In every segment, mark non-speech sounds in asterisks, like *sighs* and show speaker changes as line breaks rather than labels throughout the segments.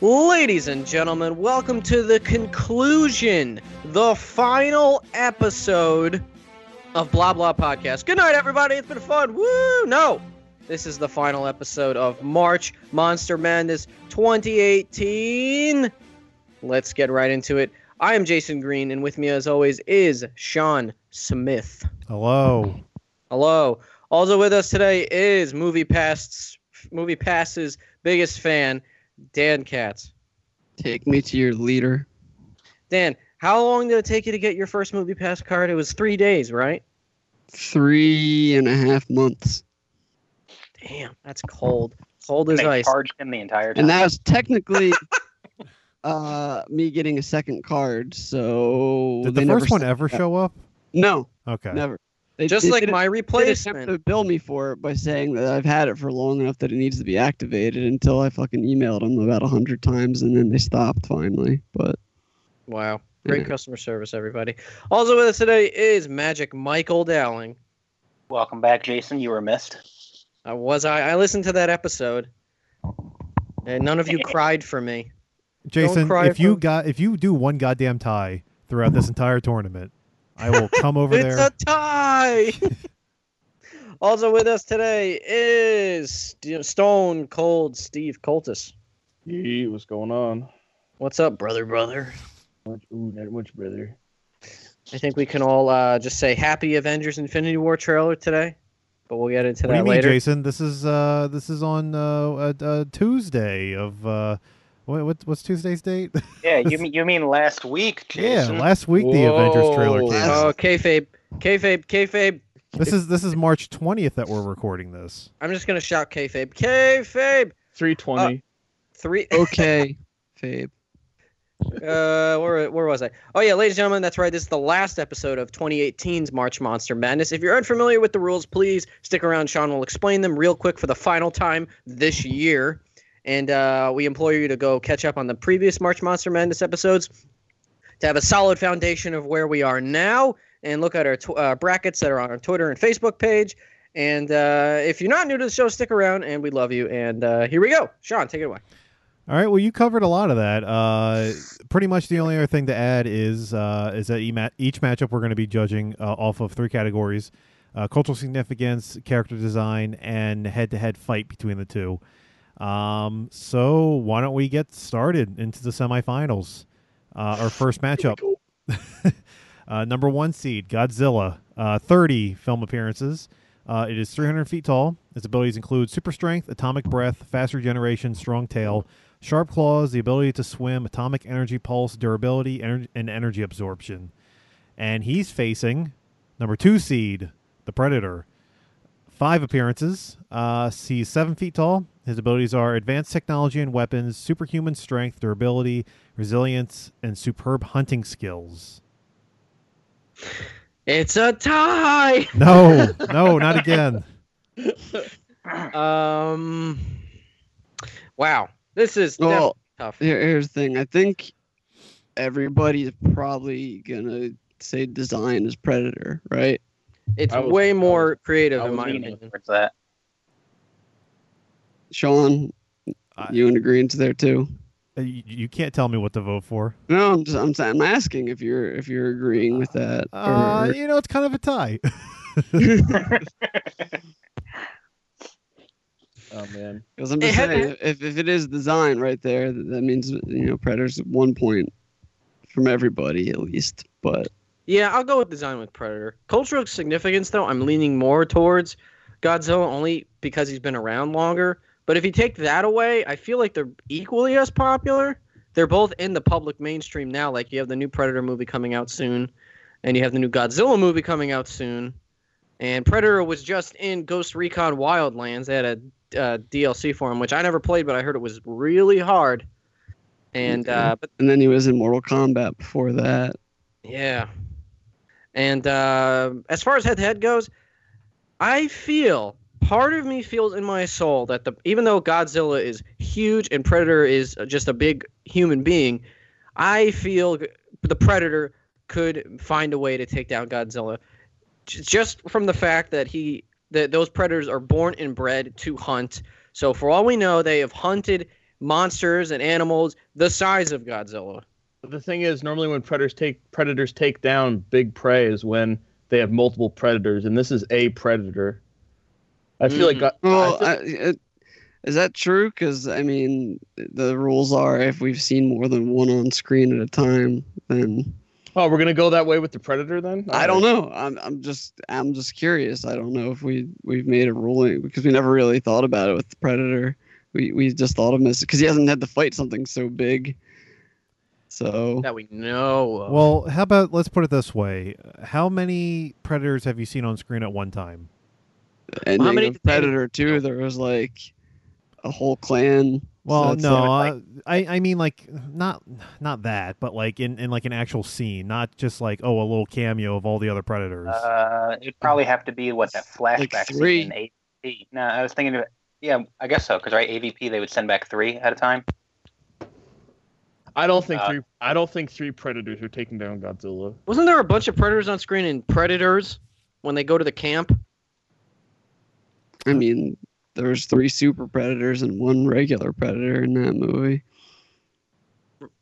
Ladies and gentlemen, welcome to the conclusion, the final episode of Blah Blah Podcast. Good night, everybody. It's been fun. Woo! No, this is the final episode of March Monster Madness 2018. Let's get right into it. I am Jason Green, and with me, as always, is Sean Smith.
Hello.
Hello. Also with us today is Movie Pass, Movie Pass's biggest fan, Dan Katz.
Take me to your leader.
Dan, how long did it take you to get your first Movie Pass card? It was three days, right?
Three and a half months.
Damn, that's cold. Cold as
they
ice.
charged him the entire time.
And that was technically uh, me getting a second card. So
Did
they
the
never
first one
sent
ever
that.
show up?
No,
Okay.
never. They
Just
they
like
didn't-
my
they didn't attempt
replacement.
to bill me for it by saying that I've had it for long enough that it needs to be activated until I fucking emailed them about a hundred times and then they stopped finally.
*laughs*
But
Wow. Great
Yeah.
customer service, everybody. Also with us today is Magic Michael Dowling.
Welcome back, Jason. You were missed.
I was I, I listened to that episode. And none of
*laughs*
you cried for me.
Jason,
cry
if you
for-
got if you do one goddamn tie throughout this entire tournament, I will come
*laughs*
over
it's
there.
a
*laughs*
tie. also with us today is St- Stone Cold Steve Coltis.
Yee, what's going on?
What's up, brother, brother?
Much, ooh, not much, brother.
I think we can all uh, just say happy Avengers Infinity War trailer today, but we'll get into
what do you
that
mean,
later.
Jason? This is uh this is on uh, uh, uh Tuesday of uh what, what what's Tuesday's date? *laughs*
Yeah, *laughs* you mean you mean last week,
yeah,
Jason?
last week the Avengers trailer
Whoa.
came out.
Oh, kayfabe, kayfabe, kayfabe.
This is this is March 20th that we're recording this.
I'm just gonna shout kayfabe, kayfabe.
320.
Three.
okay, Fabe.
Uh, where where was I? Oh yeah, ladies and gentlemen, that's right. This is the last episode of 2018's March Monster Madness. If you're unfamiliar with the rules, please stick around. Sean will explain them real quick for the final time this year, and uh, we implore you to go catch up on the previous March Monster Madness episodes to have a solid foundation of where we are now, and look at our tw- uh, brackets that are on our Twitter and Facebook page. And uh, if you're not new to the show, stick around, and we love you. And uh, here we go, Sean, take it away.
All right. Well, you covered a lot of that. Uh, pretty much the only other thing to add is uh, is that e- ma- each matchup we're going to be judging uh, off of three categories: uh, cultural significance, character design, and head-to-head fight between the two. Um, so why don't we get started into the semifinals? Uh, our first matchup. *laughs* uh, number one seed Godzilla, uh, thirty film appearances. Uh, it is 300 feet tall. Its abilities include super strength, atomic breath, fast regeneration, strong tail, sharp claws, the ability to swim, atomic energy pulse, durability, ener- and energy absorption. And he's facing number two seed, the Predator. Five appearances. Uh, he's seven feet tall. His abilities are advanced technology and weapons, superhuman strength, durability, resilience, and superb hunting skills.
It's a tie.
No, no, not again. *laughs*
Um. Wow, this is
Well,
tough.
Here, here's the thing. I think everybody's probably gonna say design is predator, right?
It's
I was-
way
I was-
more creative
I
in
was
my
leaning
opinion.
towards that.
Sean,
I-
you in agreement there too?
Uh, You, you can't tell me what to vote for.
No, I'm just, I'm, sa- I'm asking if you're if you're agreeing with that.
Uh,
or-
you know, it's kind of a tie.
Oh, man.
Because I'm
It
just
had-
saying, if, if it is design right there, th- that means you know Predator's one point from everybody at least. But
Yeah, I'll go with design with Predator. Cultural significance, though, I'm leaning more towards Godzilla only because he's been around longer. But if you take that away, I feel like they're equally as popular. They're both in the public mainstream now. Like you have the new Predator movie coming out soon, and you have the new Godzilla movie coming out soon. And Predator was just in Ghost Recon Wildlands. They had a uh, DLC for him, which I never played, but I heard it was really hard. And
Okay.
uh, but
and then he was in Mortal Kombat before that.
yeah. And uh, as far as head to head goes, I feel part of me feels in my soul that the even though Godzilla is huge and Predator is just a big human being, I feel g- the Predator could find a way to take down Godzilla, J- just from the fact that he that those predators are born and bred to hunt. So for all we know, they have hunted monsters and animals the size of Godzilla.
But the thing is, normally when predators take predators take down big prey is when they have multiple predators, and this is a predator. I feel like
Mm.
God- I
Well,
feel-
I, it, is that true? Because I mean, the rules are if we've seen more than one on screen at a time, then
oh, we're gonna go that way with the predator then?
I don't know. I'm I'm just I'm just curious. I don't know if we we've made a ruling because we never really thought about it with the predator. We we just thought of him as because he hasn't had to fight something so big. So
That we know. Of.
Well, how about let's put it this way: How many predators have you seen on screen at one time?
and
Well, how many
how many
did they-
predator too? There was like a whole clan.
Well,
that's
no,
not
uh, I I mean like not not that, but like in, in like an actual scene, not just like oh a little cameo of all the other predators.
Uh, it'd probably have to be what that flashback
three.
scene in AVP. No, I was thinking of yeah, I guess so because right AVP they would send back three at a time.
I don't think
Uh,
three. I don't think three predators are taking down Godzilla.
Wasn't there a bunch of predators on screen in Predators when they go to the camp?
I mean, there was three super predators and one regular predator in
*laughs*
that movie.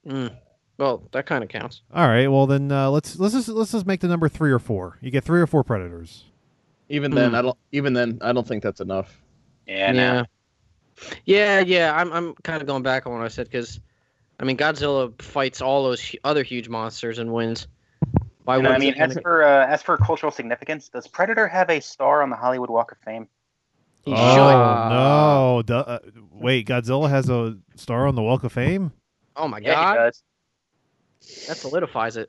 Mm. Well, that kind of counts.
all right, well then uh, let's let's just let's just make the number three or four. You get three or four predators.
Even then,
Hmm.
I don't. Even then, I don't think that's enough.
Yeah, no.
yeah. Yeah, yeah. I'm I'm kind of going back on what I said because, I mean, Godzilla fights all those hu- other huge monsters and wins. Why
And I
wouldn't
mean,
it win
as for uh, as for cultural significance, does Predator have a star on the Hollywood Walk of Fame?
He
oh
should.
no! Duh, uh, wait, Godzilla has a star on the Walk of Fame.
Oh my
Yeah,
god,
he does.
that solidifies it.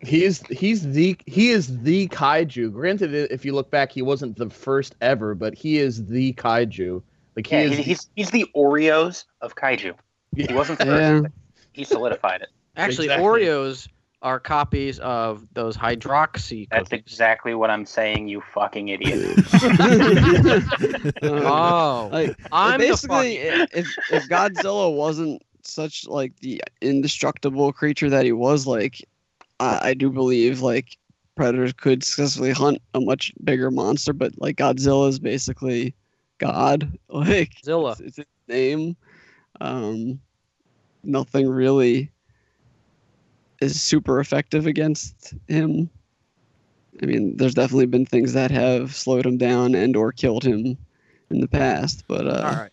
He is. He's the. He is the kaiju. Granted, i- if you look back, he wasn't the first ever, but he is the kaiju. Like he
Yeah,
is.
he's, he's he's the Oreos of kaiju. He wasn't the first.
*laughs*
Yeah. *laughs*
but He solidified it.
Actually,
Exactly.
Oreos are copies of those hydroxy.
That's
cookies.
exactly what I'm saying, you fucking idiot. *laughs*
Um,
Oh,
like,
I'm the
basically,
fucking-
i- if, if Godzilla wasn't such like the indestructible creature that he was, like I, I do believe, like predators could successfully hunt a much bigger monster, but like Godzilla is basically God. *laughs* Like
Zilla.
it's, it's his name. Um, nothing really is super effective against him. I mean, there's definitely been things that have slowed him down and or killed him in the past, but uh,
All right.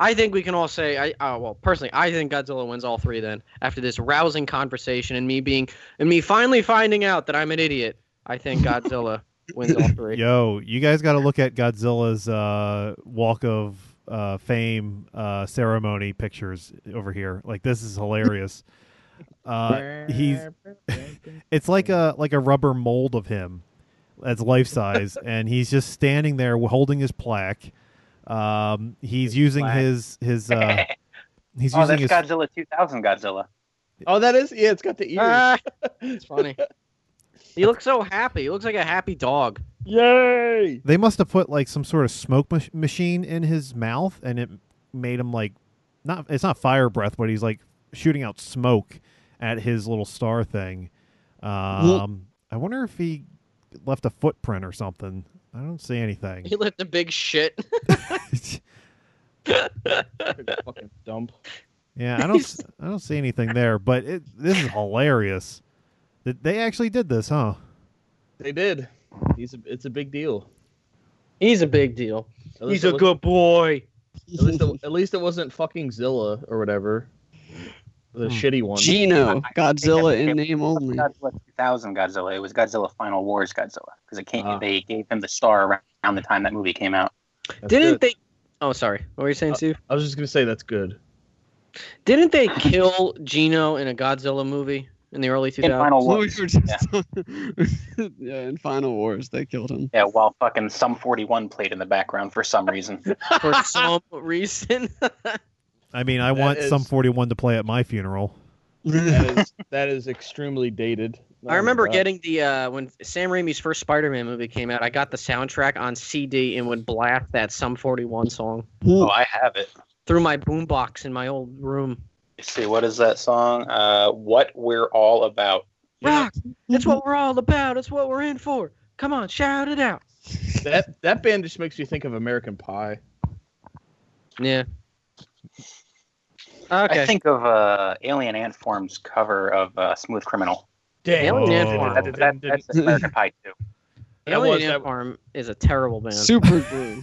I think we can all say, I uh, well, personally, I think Godzilla wins all three. Then after this rousing conversation and me being and me finally finding out that I'm an idiot, I think *laughs* Godzilla wins all three.
Yo, you guys got to look at Godzilla's uh, Walk of uh, Fame uh, ceremony pictures over here. Like this is
*laughs*
hilarious. Uh, he's it's like a like a rubber mold of him that's life
*laughs*
size, and he's just standing there holding his plaque. Um, he's using
plaque.
his his
*laughs*
uh, he's
oh,
using
that's
his
Godzilla 2000 Godzilla.
*laughs* oh, that is. Yeah, it's got the ears.
Ah, *laughs* it's funny. He looks so happy. He looks like a happy dog.
*laughs* Yay!
They must have put like some sort of smoke mach- machine in his mouth, and it made him like not. It's not fire breath, but he's like shooting out smoke at his little star thing. Um, I wonder if he left a footprint or something. I don't see anything.
He let the big shit.
Fucking dump.
*laughs* yeah, I don't. s- I don't see anything there. But it, this is hilarious. That they actually did this, huh?
They did. He's. A, it's a big deal.
He's a big *laughs* deal.
At
He's
least it
a
was-
good boy.
At least, it, at least it wasn't fucking Zilla or whatever. The
Hmm.
shitty one.
Gino, Godzilla in name
It
only.
wasn't Godzilla 2000 Godzilla. It was Godzilla Final Wars Godzilla because it came.
Ah.
They gave him the star around, around the time that movie came out.
That's
Didn't
good.
they? Oh, sorry. What were you saying, Steve?
I was just gonna say that's good. *laughs*
Didn't they kill Gino in a Godzilla movie in the early
In
2000s?
Final
Well, we
Wars.
were just *laughs* yeah. in Final Wars, they killed *laughs* him.
Yeah, while fucking some 41 played in the background for
*laughs*
some reason.
For some reason.
I mean, I
That
want some
is-
forty-one to play at my funeral.
That is that is extremely dated. Oh my
I remember
God.
getting the uh, when Sam Raimi's first Spider-Man movie came out. I got the soundtrack on CD and would blast that Sum 41 song
oh, I have it.
through my boombox in my old room.
Let's see, what is that song? Uh, what We're All About.
Rock, that's *laughs* what we're all about. It's what we're in for. Come on, shout it out.
that that band just makes me think of American Pie.
Yeah. Okay.
I think of uh, Alien Ant Form's cover of uh, Smooth Criminal.
Damn.
Alien Ant
Oh.
Farm.
That's, that,
*laughs*
that's American Pie too.
that
Alien
was-
Ant
that-
Farm is a terrible band.
Super glue.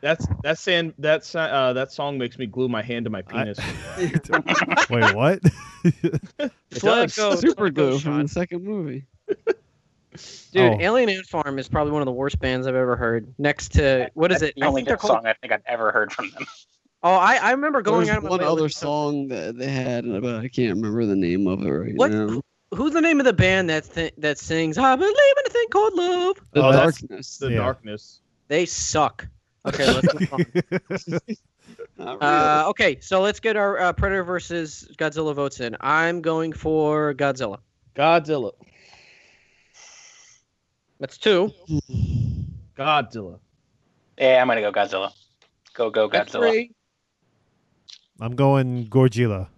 That's that sand that si- uh, that song makes me glue my hand to my penis.
*laughs*
*laughs*
Wait, what?
Flag
does.
go,
Super
flag go,
glue from
Sean.
the second movie.
Dude,
Oh.
Alien Ant Farm is probably one of the worst bands I've ever heard. Next to what is
That's
it?
The only
I think they're
good
called-
song I think I've ever heard from them.
Oh, I, I remember
There
going
was
out of my
one
way
other
looking-
song that they had, but I can't remember the name of it right
What?
now.
Who's the name of the band that th- that sings "I Believe in a Thing Called Love"?
The
Oh, that's-
It's
darkness.
the
Yeah.
darkness.
They suck. Okay, let's
*laughs*
move on.
Not
Uh, okay, so let's get our uh, Predator versus Godzilla votes in. I'm going for Godzilla.
Godzilla.
That's two.
really.
Godzilla.
Yeah, I'm gonna go Godzilla. Go go
That's
Godzilla.
three.
I'm going Gorgilla.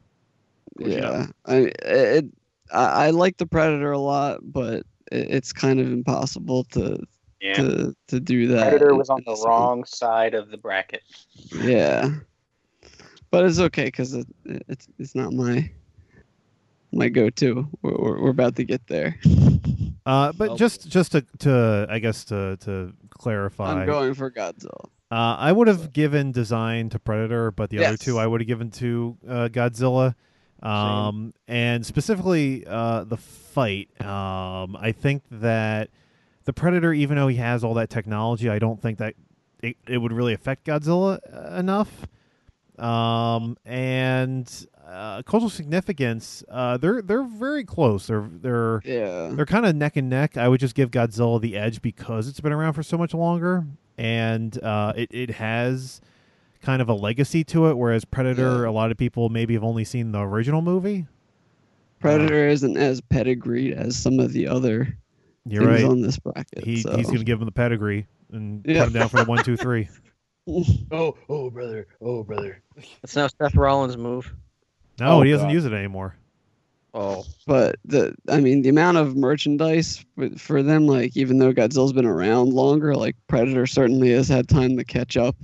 yeah, I it, I, I like the Predator a lot, but it, it's kind of impossible to
Yeah.
to to do that.
Predator was on the
So,
wrong side of the bracket.
Yeah, but it's okay because it, it, it's it's not my my go-to. We're, we're, we're about to get there.
Uh, but
Oh.
Well-
just just to, to I guess to to clarify,
I'm going for Godzilla.
Uh, I would have given design to Predator, but the other
Yes.
two I would have given to uh, Godzilla. Um, and specifically uh, the fight. Um, I think that the Predator, even though he has all that technology, I don't think that it, it would really affect Godzilla uh, enough. Um, and uh, cultural significance. Uh, they're they're very close. They're they're
Yeah,
they're kind of neck and neck. I would just give Godzilla the edge because it's been around for so much longer, and uh, it it has kind of a legacy to it. Whereas Predator,
Yeah.
a lot of people maybe have only seen the original movie.
Predator isn't as pedigreed as some of the other
You're
things
right.
on this bracket.
he
so.
he's gonna give him the pedigree and
Yeah.
put him down for the one,
*laughs*
two, three.
Oh, oh brother. Oh brother.
That's now Seth Rollins' move.
No,
Oh,
he doesn't
God.
use it anymore.
Oh,
but the I mean the amount of merchandise with- for them like even though Godzilla's been around longer like Predator certainly has had time to catch up.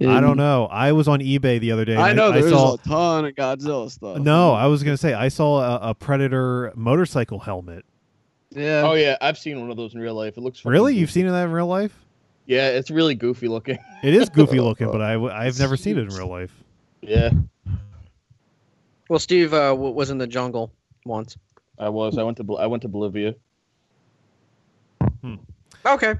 I
in-
don't know. I was on eBay the other day. and
I know there's
saw.
a ton of Godzilla stuff.
No, I was gonna say I saw a, a Predator motorcycle helmet.
yeah.
Oh yeah, I've seen one of those in real life. It looks fucking
Um, Really, you've
goofy.
seen that in real life?
Yeah, it's really goofy looking. *laughs*
It is goofy looking, but I w- I've never seen it in real life.
Yeah,
well, Steve uh, w- was in the jungle once.
I was. I went to Bol- I went to Bolivia.
Okay.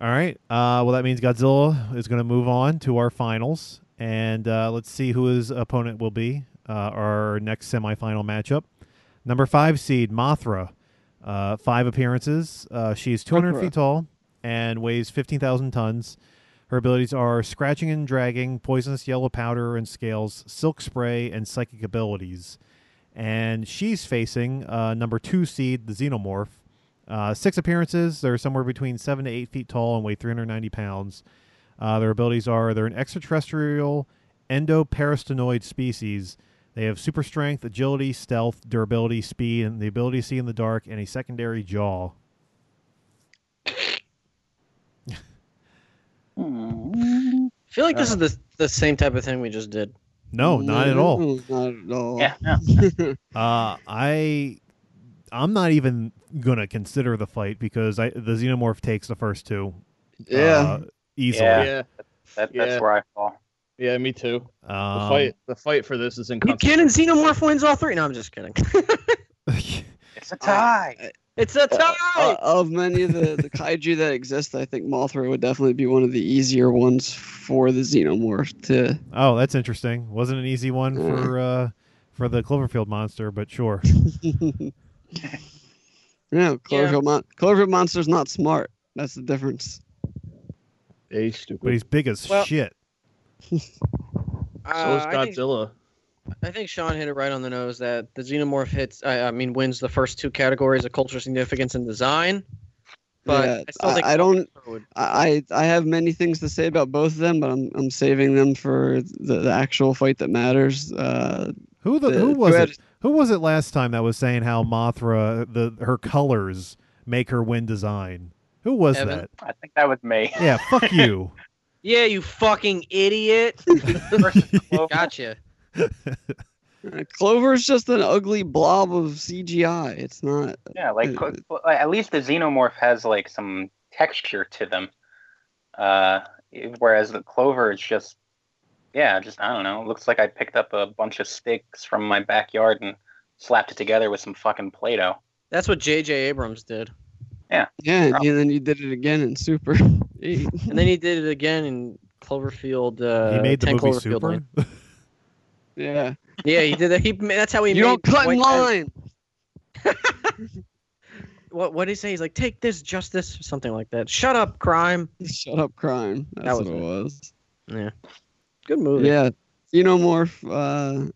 All right. Uh, well, that means Godzilla is going to move on to our finals, and uh, let's see who his opponent will be. Uh, our next semifinal matchup, number five seed Mothra, uh, five appearances. Uh, she is 200
Mothra.
feet tall and weighs 15,000 tons. Her abilities are scratching and dragging, poisonous yellow powder and scales, silk spray, and psychic abilities. And she's facing uh, number two seed, the Xenomorph. Uh, six appearances. They're somewhere between seven to eight feet tall and weigh 390 pounds. Uh, their abilities are they're an extraterrestrial endoparastenoid species. They have super strength, agility, stealth, durability, speed, and the ability to see in the dark, and a secondary jaw.
I feel like this is the the same type of thing we just did.
No, not at all.
Mm, Not at all.
Yeah, no.
Uh, I I'm not even gonna consider the fight because I the xenomorph takes the first two.
Yeah.
uh, easily.
Yeah.
yeah,
That,
Yeah.
That's where I fall.
yeah, me too. The
Um,
fight, the fight for this is in.
You kidding? Xenomorph wins all three. No, I'm just kidding. *laughs*
Um, *laughs*
It's a tie.
it's a tie.
Uh, of many of the, the kaiju that exist, I think Mothra would definitely be one of the easier ones for the Xenomorph to.
oh, that's interesting. Wasn't an easy one for uh, for the Cloverfield monster, but sure.
No, Cloverfield, Mon- Cloverfield Monster's not smart. That's the difference.
A
But
stupid.
he's big as
Well-
shit.
So is
Uh, I think-
Godzilla.
I think Sean hit it right on the nose that the xenomorph hits. I, I mean, wins the first two categories of cultural significance and design. But
Yeah,
I still think
I- I don't-
Mothra would-
I I I have many things to say about both of them, but I'm I'm saving them for the, the actual fight that matters. Uh,
Who the,
the
who was
two-edged-
it? Who was it last time that was saying how Mothra the her colors make her win design? Who was
Evan?
that?
I think that was *laughs* me.
Yeah, fuck you. *laughs*
Yeah, you fucking idiot.
Versus Clover.
gotcha.
Uh, Clover's just an ugly blob of CGI. It's not.
Yeah, like co- co- at least the xenomorph has like some texture to them, uh, whereas the clover is just, yeah, just I don't know. It looks like I picked up a bunch of sticks from my backyard and slapped it together with some fucking play-doh.
That's what J.J. Abrams did,
Yeah, and you- then you did it again in Super. *laughs* Eight.
and then he did it again in Cloverfield. Uh,
he made the
10
movie
Cloverfield
Super.
Lane.
yeah.
Yeah, he did that. He ma- that's how he
You
made.
don't cut in
White Panther-
line.
What what did he say? He's like, take this justice, or something like that. Shut up, crime.
*laughs* Shut up, crime. That's
was
what it
it.
was.
Good movie.
Yeah, xenomorph. Uh,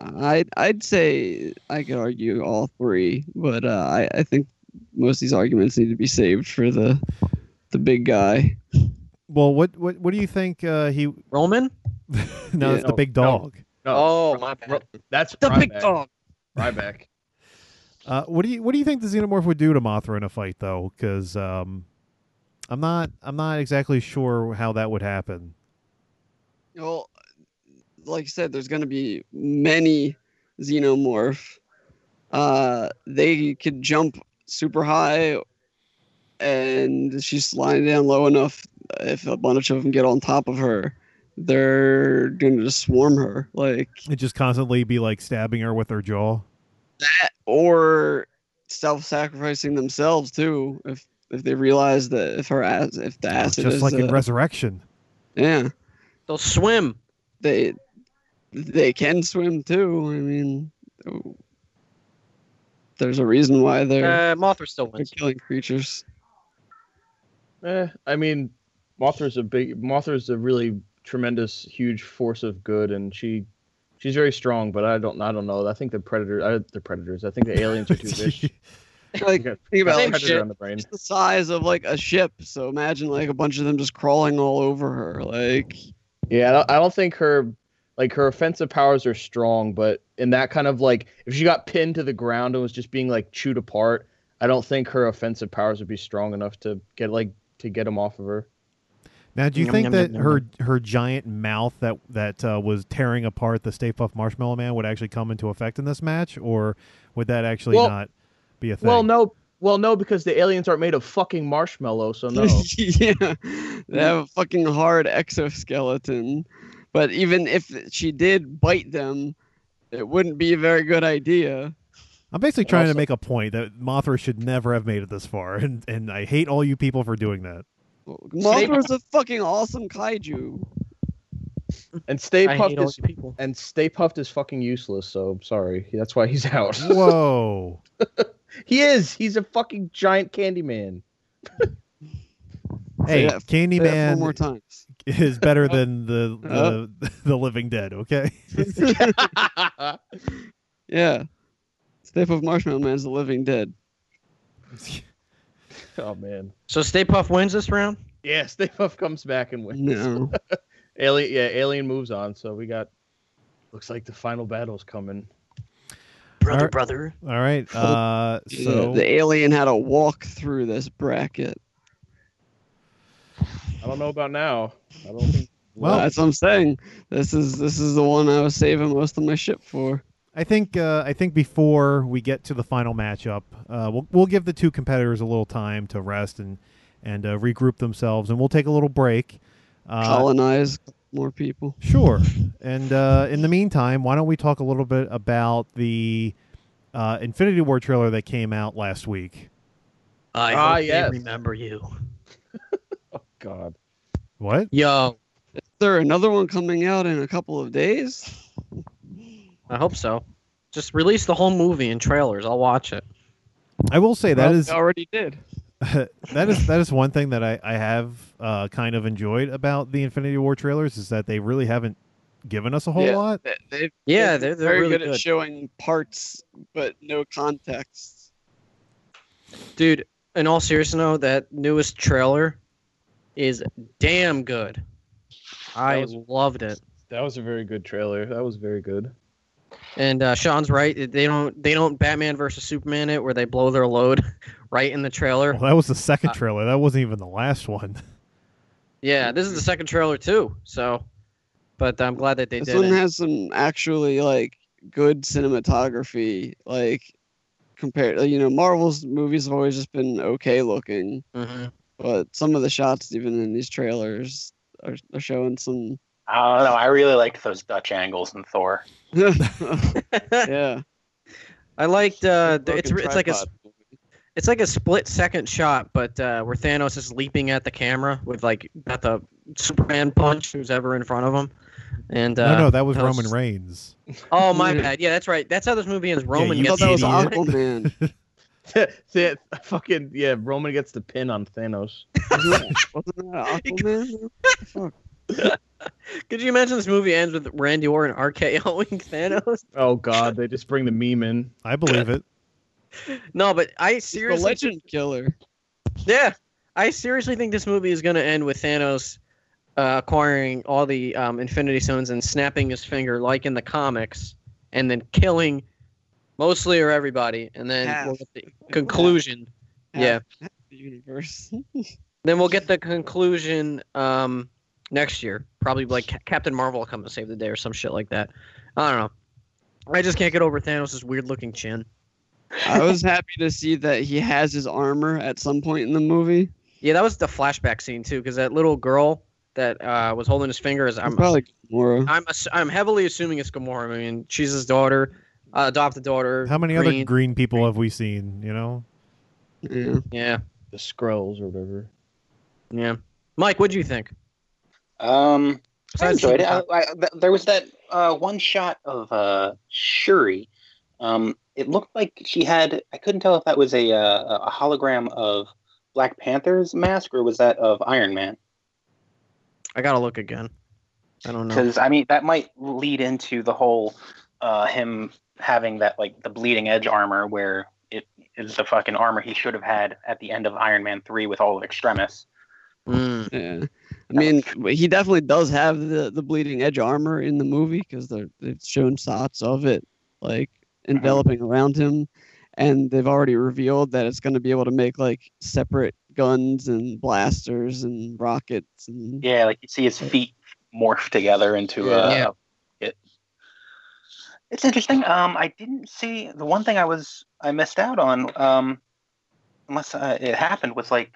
I I'd say I could argue all three, but uh, I I think most of these arguments need to be saved for the the big guy.
Well, what what what do you think? Uh, he
Roman.
no,
Yeah.
it's the big
No, no.
dog.
Oh, my bad.
That's
The
Ryback.
big dog.
Ryback.
Uh, what do you what do you think the xenomorph would do to Mothra in a fight though? Because um, I'm not I'm not exactly sure how that would happen.
Well, like I said, there's going to be many xenomorph. Uh, they could jump super high, and she's lying down low enough. If a bunch of them get on top of her, they're going to just swarm her. Like
It just constantly be like stabbing her with her jaw.
that or self-sacrificing themselves too if if they realize that if her ass if the acid
just
is
like in
uh,
Resurrection.
yeah
They'll swim.
they they can swim too i mean there's a reason why they're,
Uh, Mothra still
they're
wins.
killing creatures
Eh, I mean, Mothra's a big Mothra's a really tremendous, huge force of good, and she she's very strong. But I don't I don't know. I think the predator I, the predators. I think the
*laughs*
aliens are too big.
like
Got-
think
got
about
Same
it, like,
predator on the brain.
it's the size of like a ship so imagine like a bunch of them just crawling all over her like
Yeah, I don't, I don't think her like her offensive powers are strong, but in that kind of like if she got pinned to the ground and was just being like chewed apart, I don't think her offensive powers would be strong enough to get like to get him off of her.
Now, do you
Yum,
think
yum,
that
yum,
her her giant mouth that that uh, was tearing apart the Stay Puft Marshmallow Man would actually come into effect in this match, or would that actually
Well-
not be a thing?
Well, no, well no, because the aliens aren't made of fucking marshmallow, so
*laughs*
Oh, no.
*laughs* yeah, they have a fucking hard exoskeleton. But even if she did bite them, it wouldn't be a very good idea.
I'm basically trying to
also-
make a point that Mothra should never have made it this far, and and I hate all you people for doing that.
Mothra's a fucking awesome kaiju.
And Stay
I hate
Puffed
all
is
you people.
and Stay Puffed is fucking useless. So I'm sorry, that's why he's
*laughs*
out. *laughs*
Whoa!
he is. He's a fucking giant
*laughs*
candy man.
hey,
Say that- Say that four more
Candyman
times.
is
*laughs* Uh,
better than the
Oh.
the, *laughs* the Living Dead. Okay, *laughs*
Yeah. Stay Puft Marshmallow Man's the living dead.
*laughs* oh man.
So Stay Puff wins this round.
Yeah, Stay Puffed comes back and wins.
*laughs* No.
Alien, yeah, Alien moves on. So we got. Looks like the final battle's coming.
Brother,
Alright.
brother.
all
*laughs*
right.
Oh,
Uh,
The,
so
the alien had to walk through this bracket.
I don't know about now. I don't think.
Well-
That's what I'm saying. This is this is the one I was saving most of my shit for.
I think uh, I think before we get to the final matchup, uh, we'll we'll give the two competitors a little time to rest and and uh, regroup themselves, and we'll take a little break. Uh,
Colonize more people.
Sure. And uh, in the meantime, why don't we talk a little bit about the uh, Infinity War trailer that came out last week?
I
Ah,
hope they
yes.
remember you.
oh God.
What?
Yo,
Is there another one coming out in a couple of days?
I hope so. Just release the whole movie in trailers. I'll watch it.
I will say that
Well,
is
they already did.
that is that is one thing that I I have uh, kind of enjoyed about the Infinity War trailers is that they really haven't given us a whole
Yeah.
lot.
They, they've
Yeah,
been
they're, they're
very
really
good, at showing parts but no context.
Dude, in all seriousness, though, that newest trailer is damn good. I
was-
loved it.
That was a very good trailer. That was very good.
And uh, Sean's right. They don't they don't Batman versus Superman it where they blow their load *laughs* right in the trailer.
Well, that was the second
Uh,
trailer. That wasn't even the last one. *laughs*
Yeah, this is the second trailer too. So But I'm glad that they
This
did
one
it.
has some actually like good cinematography, like compared. You know, Marvel's movies have always just been okay looking,
Mhm.
but some of the shots, even in these trailers, are, are showing some. *laughs*
I don't know. I really liked those Dutch angles in Thor.
yeah,
I liked uh, th-
Broken
it's re- it's like a s-
*laughs*
tripod.
it's like a split second shot, but uh, where Thanos is leaping at the camera with like not the Superman punch who's ever in front of him. And uh,
no, no, that was
that was-
Roman Reigns.
oh my
Yeah.
bad, yeah, that's right. That's how this movie ends.
you
Roman
I thought
gets
that was
idiot.
the-
Aquaman.
Th- fucking yeah, Roman gets the pin on Thanos.
Wasn't that, wasn't that Aquaman? Fuck.
Could you imagine this movie ends with Randy Orton RKOing *laughs* Thanos?
Oh god, they just bring the meme in.
I believe it.
No, but I
The
seriously
Legend Killer.
Yeah, I seriously think this movie is going to end with Thanos uh, acquiring all the um, Infinity Stones and snapping his finger, like in the comics, and then killing mostly or everybody, and then
Half.
we'll get the conclusion. Yeah.
Half the universe.
Then we'll get the conclusion um, next year. Probably like Ca- Captain Marvel will come and save the day or some shit like that. I don't know. I just can't get over Thanos' weird-looking chin.
I was happy to see that he has his armor at some point in the movie.
Yeah, that was the flashback scene too, because that little girl that uh, was holding his finger is
I'm
I'm
probably
Mm-hmm.
Gamora.
I'm ass- I'm heavily assuming it's Gamora. I mean, she's his daughter, uh, adopted daughter.
How many other
green,
green people have we seen? You know,
Yeah.
Yeah,
The Skrulls or whatever.
yeah. Mike, what'd you think?
Um, I
Besides
enjoyed it. I,
Superman.
I, th- there was that uh, one shot of uh, Shuri. Um, it looked like she had. I couldn't tell if that was a uh, a hologram of Black Panther's mask or was that of Iron Man.
I gotta look again. I don't know.
Because I mean, that might lead into the whole uh, him having that like the bleeding edge armor where it is the fucking armor he should have had at the end of Iron Man three with all of Extremis.
Mm.
Yeah. I mean, he definitely does have the, the bleeding edge armor in the movie because they've shown shots of it, like
Uh-huh.
enveloping around him, and they've already revealed that it's going to be able to make like separate guns and blasters and rockets and
Yeah, like you see his feet morph together into a.
Yeah.
It, it's interesting. Um, I didn't see the one thing I was I missed out on. Um, unless uh, it happened was like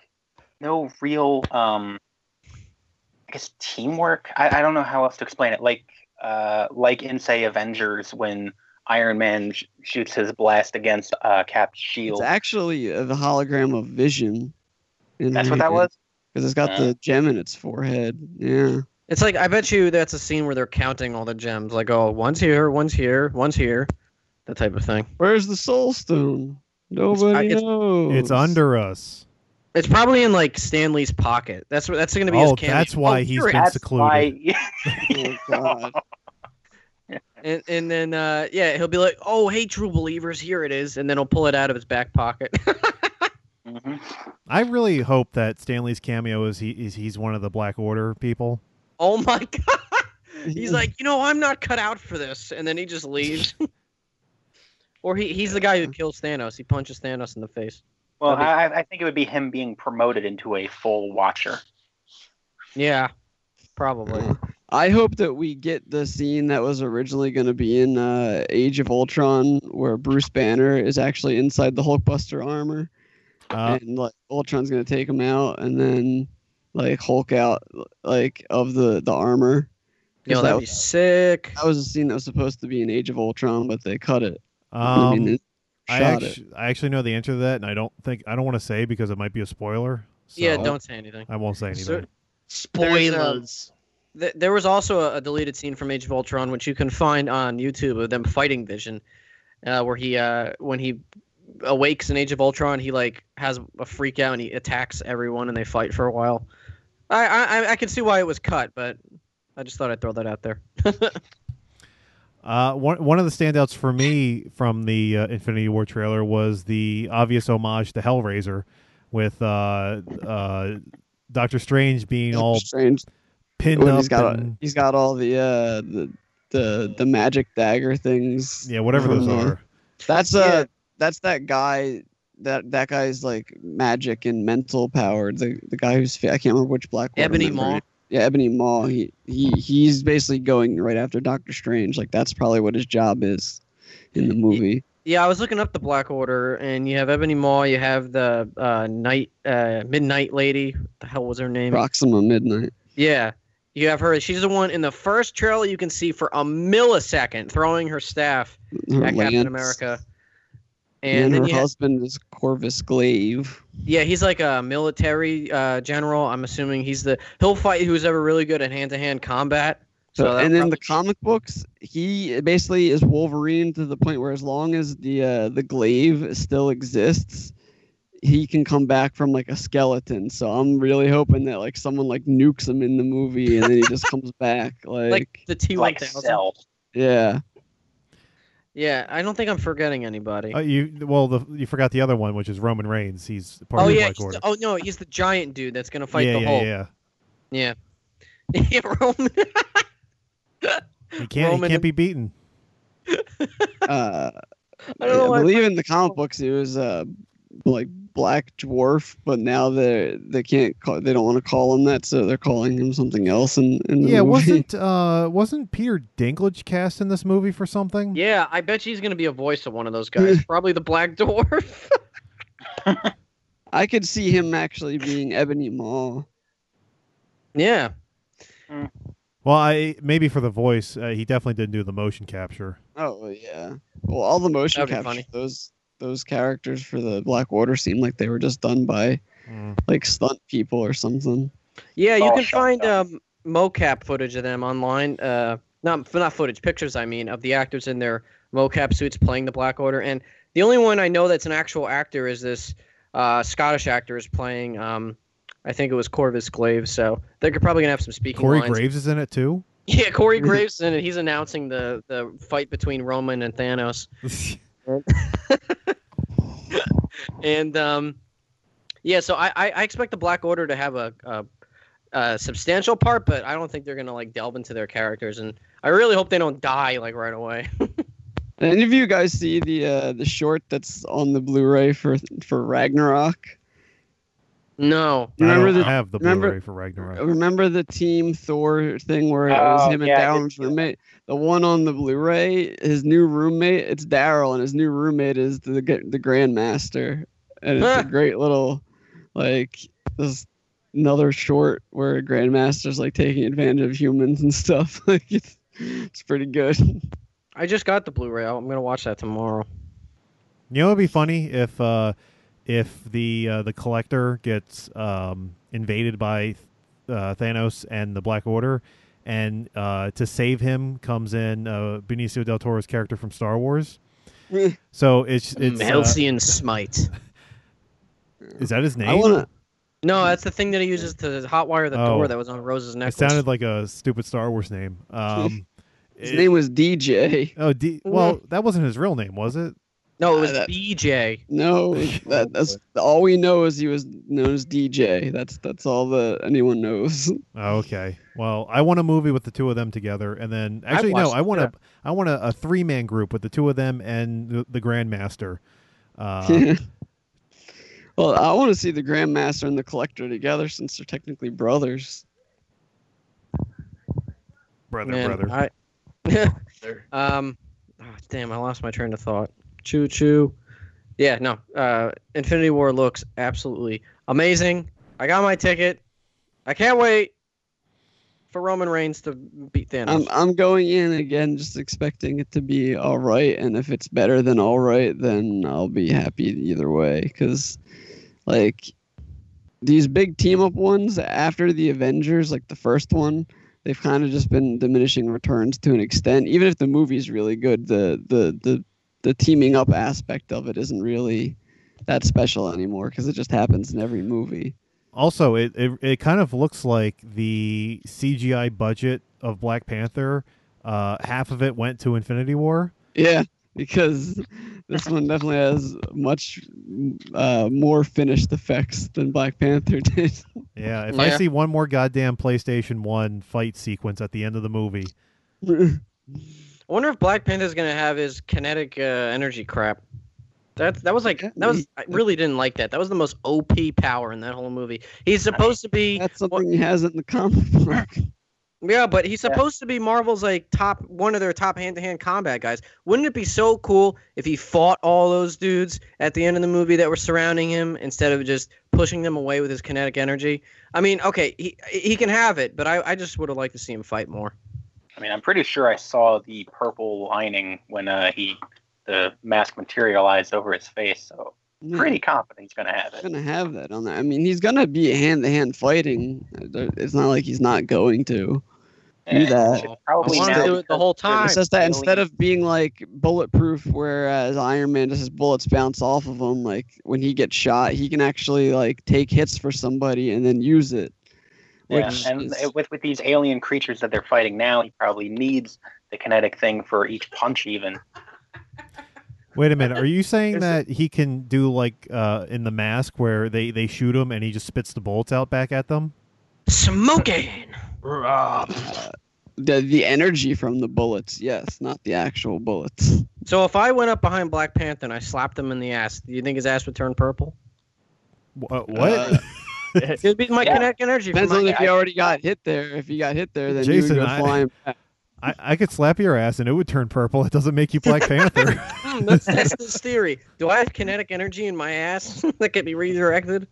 no real. Um, I guess teamwork. I, I don't know how else to explain it. Like uh, like in say Avengers when Iron Man sh- shoots his blast against uh, Cap's shield.
it's actually uh, the hologram of Vision.
That's what that was.
Because it's got
Uh.
the gem in its forehead. Yeah.
It's like I bet you that's a scene where they're counting all the gems. Like, oh, one's here, one's here, one's here, that type of thing.
Where's the soul stone? Nobody
it's-
knows.
it's under us.
It's probably in like Stanley's pocket. That's what that's gonna be. his
Oh,
cameo.
that's why
Oh,
he's
you're
been
at-
secluded.
*laughs*
Oh, God.
And, and then uh, yeah, he'll be like, oh, hey, true believers, here it is, and then he'll pull it out of his back pocket.
Mhm.
I really hope that Stanley's cameo is he is he's one of the Black Order people.
oh my *laughs* god. He's like, you know, I'm not cut out for this, and then he just leaves. or he, he's the guy who kills Thanos. He punches Thanos in the face.
Well,
That'd
I, I think it would be him being promoted into a full watcher.
Yeah, probably.
I hope that we get the scene that was originally going to be in uh, Age of Ultron, where Bruce Banner is actually inside the Hulkbuster armor,
Uh,
and like Ultron's going to take him out, and then like Hulk out like of the the armor.
You know,
that
that'd be
was-
sick.
That was a scene that was supposed to be in Age of Ultron, but they cut it. I mean,
um,
it
I,
shot it.
actu- I actually know the answer to that, and I don't think I don't want to say because it might be a spoiler. So
yeah, don't say anything.
I won't say anything.
So- Spoilers.
Spoilers.
Th- there was also a, a deleted scene from Age of Ultron, which you can find on YouTube of them fighting Vision, uh, where he uh, when he awakes in Age of Ultron, he like has a freak out and he attacks everyone, and they fight for a while. I I, I- I can see why it was cut, but I just thought I'd throw that out there.
Uh, one one of the standouts for me from the uh, Infinity War trailer was the obvious homage to Hellraiser, with uh, uh, Doctor Strange being all
strange
pinned
when
up
he's got
and
he's got all the uh the the, the magic dagger things.
yeah, whatever those
Mhm.
are.
That's uh
Yeah.
that's that guy that that guy's like magic and mental power. The the guy who's fa- I can't remember which black Order
Ebony
member
Maw.
yeah, Ebony Maw, he, he he's basically going right after Doctor Strange. Like that's probably what his job is in the movie.
Yeah, I was looking up the Black Order, and you have Ebony Maw, you have the uh, night uh, Midnight Lady. What the hell was her name?
Proxima Midnight.
Yeah, you have her. She's the one in the first trailer you can see for a millisecond throwing her staff
Her
at Captain
lance.
America.
And,
And then
her
you have,
husband is Corvus Glaive.
yeah, he's like a military uh, general. I'm assuming he's the he'll fight who's ever really good at hand to hand combat. So,
So,
that'll
Uh, and in
probably-
the comic books, he basically is Wolverine to the point where as long as the uh, the glaive still exists, he can come back from like a skeleton. So I'm really hoping that like someone like nukes him in the movie and then he just
*laughs*
comes back. Like,
like the T one
like
thousand.
Cell.
yeah,
Yeah, I don't think I'm forgetting anybody.
Uh, you well, the, you forgot the other one, which is Roman Reigns. He's part
oh
of the
yeah,
Black
he's
Order.
the- oh no, he's the giant dude that's gonna fight
yeah,
the
yeah,
Hulk.
yeah.
Yeah. *laughs* Yeah, Roman.
He can't.
Roman
He can't be
*laughs*
beaten.
uh,
I don't know why
I
I
believe in the comic books he was uh, like Black Dwarf, but now they they can't call they don't want to call him that, so they're calling him something else. In, in the
Yeah,
movie. *laughs*
wasn't uh wasn't Peter Dinklage cast in this movie for something?
Yeah, I bet she's gonna be a voice of one of those guys. Probably the Black Dwarf.
I could see him actually being Ebony Maw.
*laughs* yeah.
Well, I maybe for the voice, uh, he definitely didn't do the motion capture.
Oh yeah. Well, all the motion
That'd be
capture
funny.
those those characters for the Black Order seem like they were just done by
Mm.
like stunt people or something.
Yeah, you
All
can
shot
find
down.
um, mocap footage of them online. Uh, not not footage, pictures. I mean, of the actors in their mocap suits playing the Black Order. And the only one I know that's an actual actor is this uh, Scottish actor is playing. Um, I think it was Corvus Glaive. So they're probably gonna have some speaking
Corey
lines.
Graves is in it too.
*laughs*
*laughs*
Yeah, Corey Graves is in it. He's announcing the the fight between Roman and Thanos. and um, yeah, so I, I I expect the Black Order to have a, a a substantial part, but I don't think they're gonna like delve into their characters, and I really hope they don't die like right away. *laughs*
Did Any of you guys see the uh, the short that's on the Blu-ray for for Ragnarok?
no,
I
Remember
don't
the
have the
remember-
Blu-ray for Ragnarok.
Remember the Team Thor thing where it was
Oh,
him and
yeah, I did
Daryl's
see that.
roommate? The one on the Blu-ray, his new roommate, it's Daryl, and his new roommate is the g- the Grandmaster, and it's
Huh.
a great little like this another short where a Grandmaster's like taking advantage of humans and stuff. *laughs* like it's it's pretty good.
I just got the Blu-ray. I'm gonna watch that tomorrow.
You know, it'd be funny if uh, if the uh, the collector gets um, invaded by uh, Thanos and the Black Order, and uh, to save him comes in uh, Benicio del Toro's character from Star Wars.
I
So it's it's uh,
Halcyon Smite.
is that his name?
wanna
No, that's the thing that he uses to hotwire the
Oh.
door that was on Rose's
It
necklace.
sounded like a stupid Star Wars name. Um,
his
it-
name was DJ.
Oh, D- well, that wasn't his real name, was it?
no, it was
Uh, that-
BJ.
No, that, that's all we know is he was known as DJ. That's that's all that anyone knows.
Oh, okay. Well, I want a movie with the two of them together, and then actually no,
watched
I
it,
want
yeah.
a I want a, a three man group with the two of them and the, the Grandmaster.
*laughs*
Uh,
*laughs* Well, I want to see the Grandmaster and the Collector together since they're technically brothers.
brother,
Man,
brother.
I- *laughs* Um, ah, damn, I lost my train of thought. Choo choo. Yeah, no. Uh, Infinity War looks absolutely amazing. I got my ticket. I can't wait for Roman Reigns to beat Thanos.
I'm I'm going in again, just expecting it to be all right, and if it's better than all right, then I'll be happy either way. Because, like, these big team up ones after the Avengers, like the first one, they've kind of just been diminishing returns to an extent. Even if the movie's really good, the the the the teaming up aspect of it isn't really that special anymore because it just happens in every movie.
Also, it, it it kind of looks like the CGI budget of Black Panther. Uh, half of it went to Infinity War.
Yeah, because this one definitely has much uh, more finished effects than Black Panther *laughs* did.
Yeah. If I
Yeah.
see one more goddamn PlayStation One fight sequence at the end of the movie,
I wonder if Black Panther's gonna have his kinetic uh, energy crap. That that was like that was I really didn't like that. That was the most OP power in that whole movie. He's supposed to be
That's something he has in the comic book.
yeah, but he's
Yeah.
supposed to be Marvel's like top one of their top hand to hand combat guys. Wouldn't it be so cool if he fought all those dudes at the end of the movie that were surrounding him instead of just pushing them away with his kinetic energy? I mean, okay, he he can have it, but I, I just would have liked to see him fight more.
I mean, I'm pretty sure I saw the purple lining when uh, he the mask materialized over his face. So
Hmm.
Yeah,
pretty confident he's gonna have
He's
it.
gonna have that on there. I mean, he's gonna be hand to hand fighting. It's not like he's not going to. Do that.
Should Probably
I wanted
now
to do it the whole time.
because
It's just that
really-
instead of being like bulletproof, whereas Iron Man just his bullets bounce off of him, like when he gets shot, he can actually like take hits for somebody and then use it.
Yeah,
Which
and
is-
with with these alien creatures that they're fighting now, he probably needs the kinetic thing for each punch, even.
Wait a minute. Are you saying
*laughs* Is
that he can do like uh, in the mask where they, they shoot him and he just spits the bullets out back at them?
Smoking.
*laughs*
the, the energy from the bullets, yes, not the actual bullets.
So if I went up behind Black Panther and I slapped him in the ass, do you think his ass would turn purple?
Wh- uh, what?
Uh,
It would be my
Yeah.
kinetic energy. From
depends on
my, *laughs*
if you already got hit there. If you got hit there, then
Jason,
you would go
I- *laughs*
flying. back.
I, I could slap your ass and it would turn purple. It doesn't make you
*laughs*
Black Panther.
Hmm, let's test this theory. Do I have kinetic energy in my ass *laughs* that can be redirected?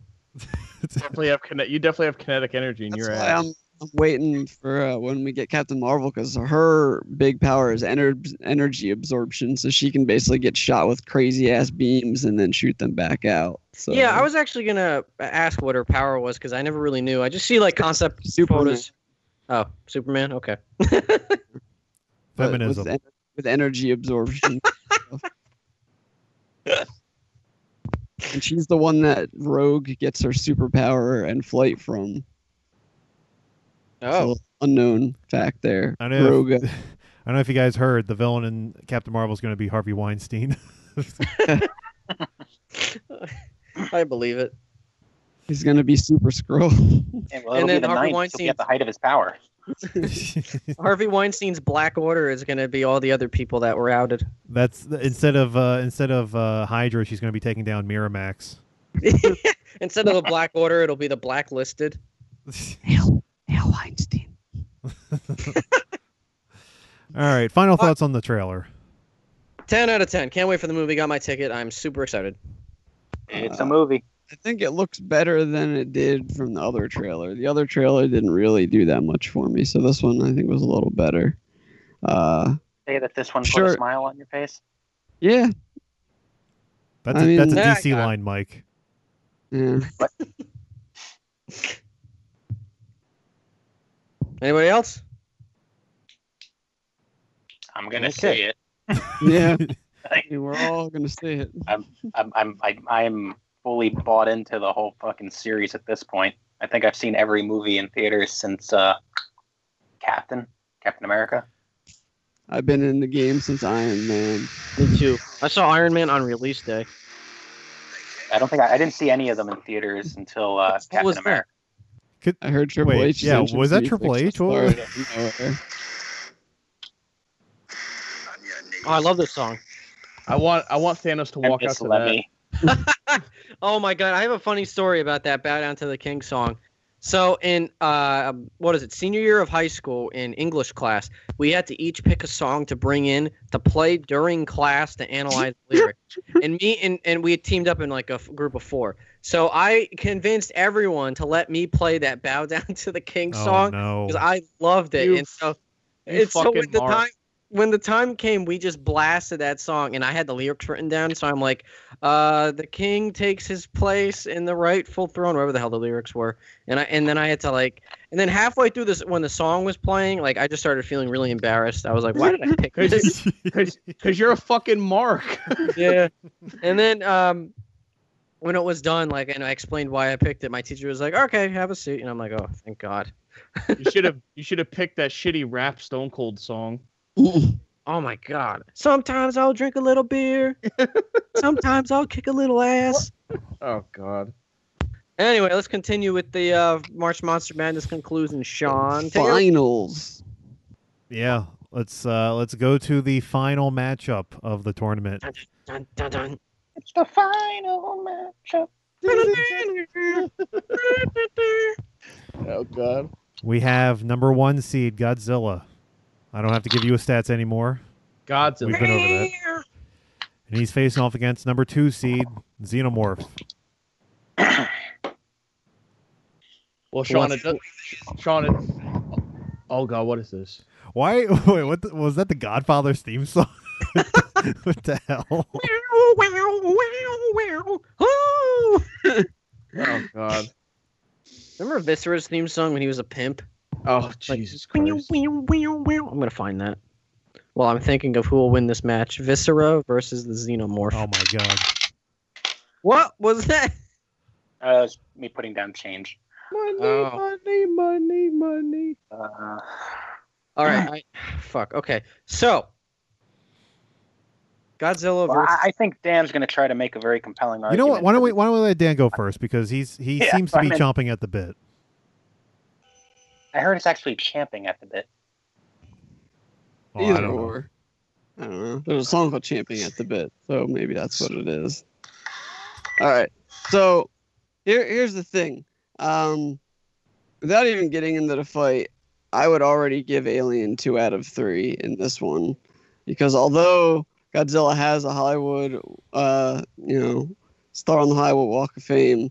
definitely have kinet- you definitely have kinetic energy in
That's
your
why
ass.
I'm, I'm waiting for uh, when we get Captain Marvel because her big power is ener- energy absorption, so she can basically get shot with crazy ass beams and then shoot them back out. So
Yeah, I was actually gonna ask what her power was because I never really knew. I just see like concept
Superman.
photos. Oh, Superman. Okay.
but
*laughs* Feminism.
with, en- with
*laughs*
energy absorption. and she's the one that Rogue gets her superpower and flight from.
Oh,
So, unknown fact there.
I know.
Rogue.
If, *laughs* I don't know if you guys heard the villain in Captain Marvel is going to be Harvey Weinstein. *laughs*
I believe it.
He's gonna be Super Scroll. *laughs*
And, well,
And then
it'll be the
Harvey
ninth, He'll
Weinstein-
be at the height of his power.
*laughs* Harvey Weinstein's Black Order is gonna be all the other people that were outed.
That's the, instead of uh, instead of uh, Hydra, she's going to be taking down Miramax. *laughs*
Instead of the *laughs* Black Order, it'll be the blacklisted.
Hail, Hail Weinstein.
All right, final
Fuck.
thoughts on the trailer.
Ten out of ten. Can't wait for the movie. Got my ticket. I'm super excited.
It's
Uh,
a movie.
I think it looks better than it did from the other trailer. The other trailer didn't really do that much for me, so this one I think was a little better. Uh,
Say that this one put
sure.
a smile on your face.
yeah,
That's
I
a,
mean-
that's a
Yeah, I
DC
got it.
line, Mike. *laughs*
yeah.
Anybody else?
I'm gonna
Okay.
say it.
*laughs*
yeah. I mean, we're all gonna see it.
I'm I'm I, I'm fully bought into the whole fucking series at this point. I think I've seen every movie in theaters since uh, Captain Captain America.
I've been in the game since Iron Man.
Me too. I saw Iron Man on release day.
I don't think I, I didn't see any of them in theaters until uh,
What
Captain
was that?
America.
I heard Triple
Wait,
H.
yeah, was that Triple H? What was-
Oh, I love this song.
I want I want Thanos to walk out
Memphis
to that.
Levy.
Oh my god, I have a funny story about that "Bow Down to the King" song. So in uh, what is it? Senior year of high school in English class, we had to each pick a song to bring in to play during class to analyze the lyric.
*laughs*
And me and and we had teamed up in like a f- group of four. So I convinced everyone to let me play that "Bow Down to the King"
Oh
song
no!
because I loved it.
You
and so
you
it's so when
fucking
the
mark. *laughs*
time when the time came, we just blasted that song, and I had the lyrics written down. So I'm like, uh, "The king takes his place in the rightful throne," wherever the hell the lyrics were. And I and then I had to like, and then halfway through this, when the song was playing, like I just started feeling really embarrassed. I was like, "Why did I
*laughs*
pick this?"
Because you're a fucking mark.
yeah. And then um, when it was done, like, and I explained why I picked it, my teacher was like, "Okay, have a seat," and I'm like, "Oh, thank God."
you should have you should have picked that shitty rap Stone Cold song.
Oh my god. Sometimes I'll drink a little *laughs* beer. Sometimes I'll kick a little ass.
Oh God.
Anyway, let's continue with the uh, March Monster Madness conclusion. Sean, take it away.
Finals.
yeah, let's uh, let's go to the final matchup of the tournament.
*laughs* Dun, dun, dun.
It's the final matchup.
*laughs*
*clears throat*
Oh god.
We have number one seed Godzilla. I don't have to give you his stats anymore,
Godzilla.
We've been over and he's facing off against number two seed Xenomorph.
Uh,
Well, Sean, it does, Sean, it, oh god, what is this?
Why? *laughs* Wait, what the, was that? The Godfather's theme song? *laughs* what the hell?
Oh!
Oh god.
Remember Viscera's theme song when he was a pimp?
Oh Jesus
Wee-
Christ.
wee- wee- wee- I'm gonna find that. Well, I'm thinking of who will win this match: Viscera versus the Xenomorph.
Oh my god!
What was that?
Uh, it's me putting down change.
Money,
Oh.
money, money, money.
Uh,
All right, I, fuck. Okay, so Godzilla
well,
versus
I I think Dan's going to try to make a very compelling
You know what?
argument.
Why don't we? Why don't we let Dan go first because he's he
Yeah,
seems to be
I'm in.
chomping at the bit.
I heard it's actually champing at the bit.
Oh, I
Either
don't know.
or. I don't know. There's a song about champing at the bit, so maybe that's what it is. All right. So here, here's the thing. Um, without even getting into the fight, I would already give Alien two out of three in this one, because although Godzilla has a Hollywood, uh, you know, star on the Hollywood Walk of Fame,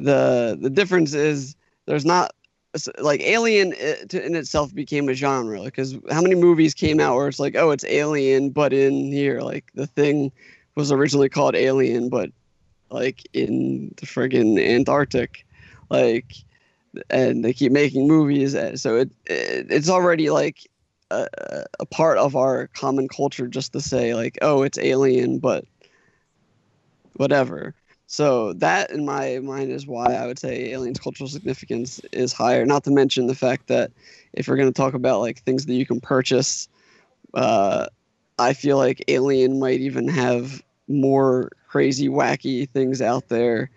the the difference is there's not s- like Alien i- to- in itself became a genre because how many movies came out where it's like, oh, it's Alien, but in here, like the thing was originally called Alien, but like in the friggin' Antarctic, like, and they keep making movies, uh, so it, it it's already like a, a- a part of our common culture just to say like, oh, it's Alien, but whatever. So that, in my mind, is why I would say aliens' cultural significance is higher. Not to mention the fact that if we're going to talk about like things that you can purchase, uh, I feel like Alien might even have more crazy, wacky things out there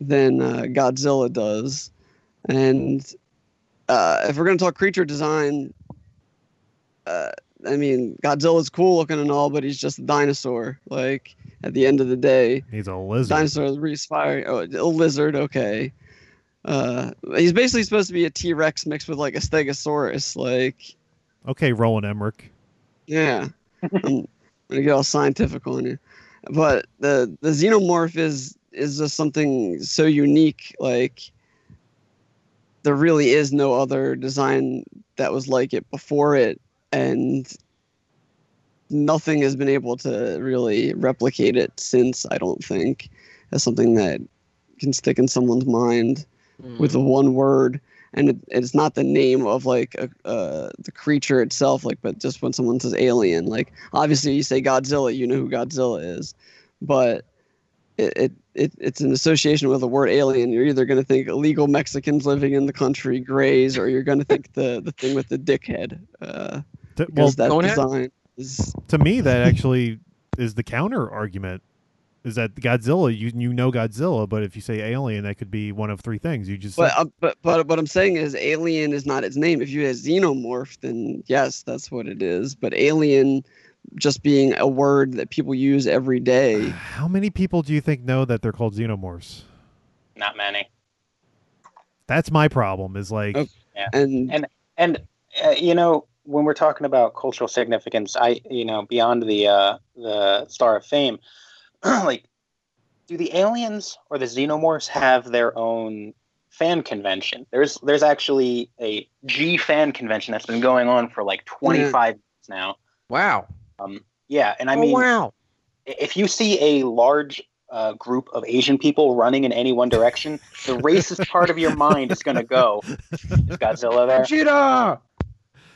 than uh, Godzilla does. And uh, if we're going to talk creature design, uh, I mean, Godzilla's cool looking and all, but he's just a dinosaur. Like at the end of the day
He's a lizard.
dinosaur respire oh, a lizard okay uh he's basically supposed to be a t-rex mixed with like a stegosaurus like
Okay, Roland Emmerich.
yeah i'm gonna get all scientific on you but the the xenomorph is is just something so unique like there really is no other design that was like it before it and nothing has been able to really replicate it since i don't think as something that can stick in someone's mind
Hmm.
with
Mm.
the one word and it, it's not the name of like a, uh, the creature itself like but just when someone says alien like obviously you say godzilla you know who godzilla is but it, it, it it's an association with the word alien you're either going to think illegal mexicans living in the country grays or you're going to think the, the thing with the dickhead uh,
To, well,
because that
don't have-
design is
to me, that actually is the counter argument. Is that Godzilla? You you know Godzilla, but if you say alien, that could be one of three things. You just said-
But, uh, but but what I'm saying is, alien is not its name. If you had xenomorph, then yes, that's what it is. But alien, just being a word that people use
*sighs*
every day,
how many people do you think know that they're called xenomorphs?
Not many.
That's my problem. Is like
Okay. and
And uh, you know, when we're talking about cultural significance, I you know beyond the uh, the Star of Fame, *clears throat* like, do the aliens or the xenomorphs have their own fan convention? There's there's actually a G fan convention that's been going on for like
Hmm.
25 years now.
wow.
Um, yeah, and I
oh,
mean,
wow.
if you see a large uh, group of Asian people running in any one direction, the racist part of your mind is going to go. Is Godzilla there?
Vegeta!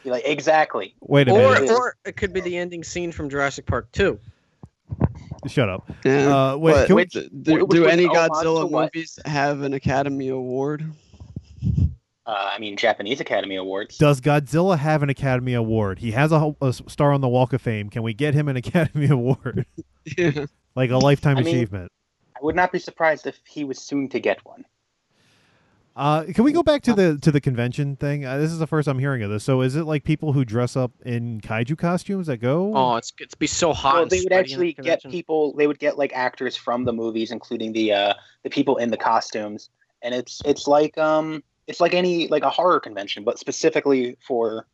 You're like, exactly.
wait a
Or
minute,
minute.
or it could be the ending scene from Jurassic Park Two.
shut up.
yeah.
Uh, wait,
but
can we,
wait,
do, do
which was
any
an homage to
Godzilla
what?
movies have an Academy Award? *laughs*
Uh, I mean, Japanese Academy Awards.
does Godzilla have an Academy Award? He has a, a star on the Walk of Fame. Can we get him an *laughs* Academy Award,
Yeah.
like a lifetime
I mean-
achievement?
I would not be surprised if he was soon to get one.
Uh, can we go back to the to the convention thing? Uh, this is the first I'm hearing of this. So is it like people who dress up in kaiju costumes that go?
Oh, it's it's be so hot.
Well,
and
they would
sweaty in
actually
the
get
convention.
people. They would get like actors from the movies, including the uh, the people in the costumes, and it's it's like um it's like any like a horror convention, but specifically for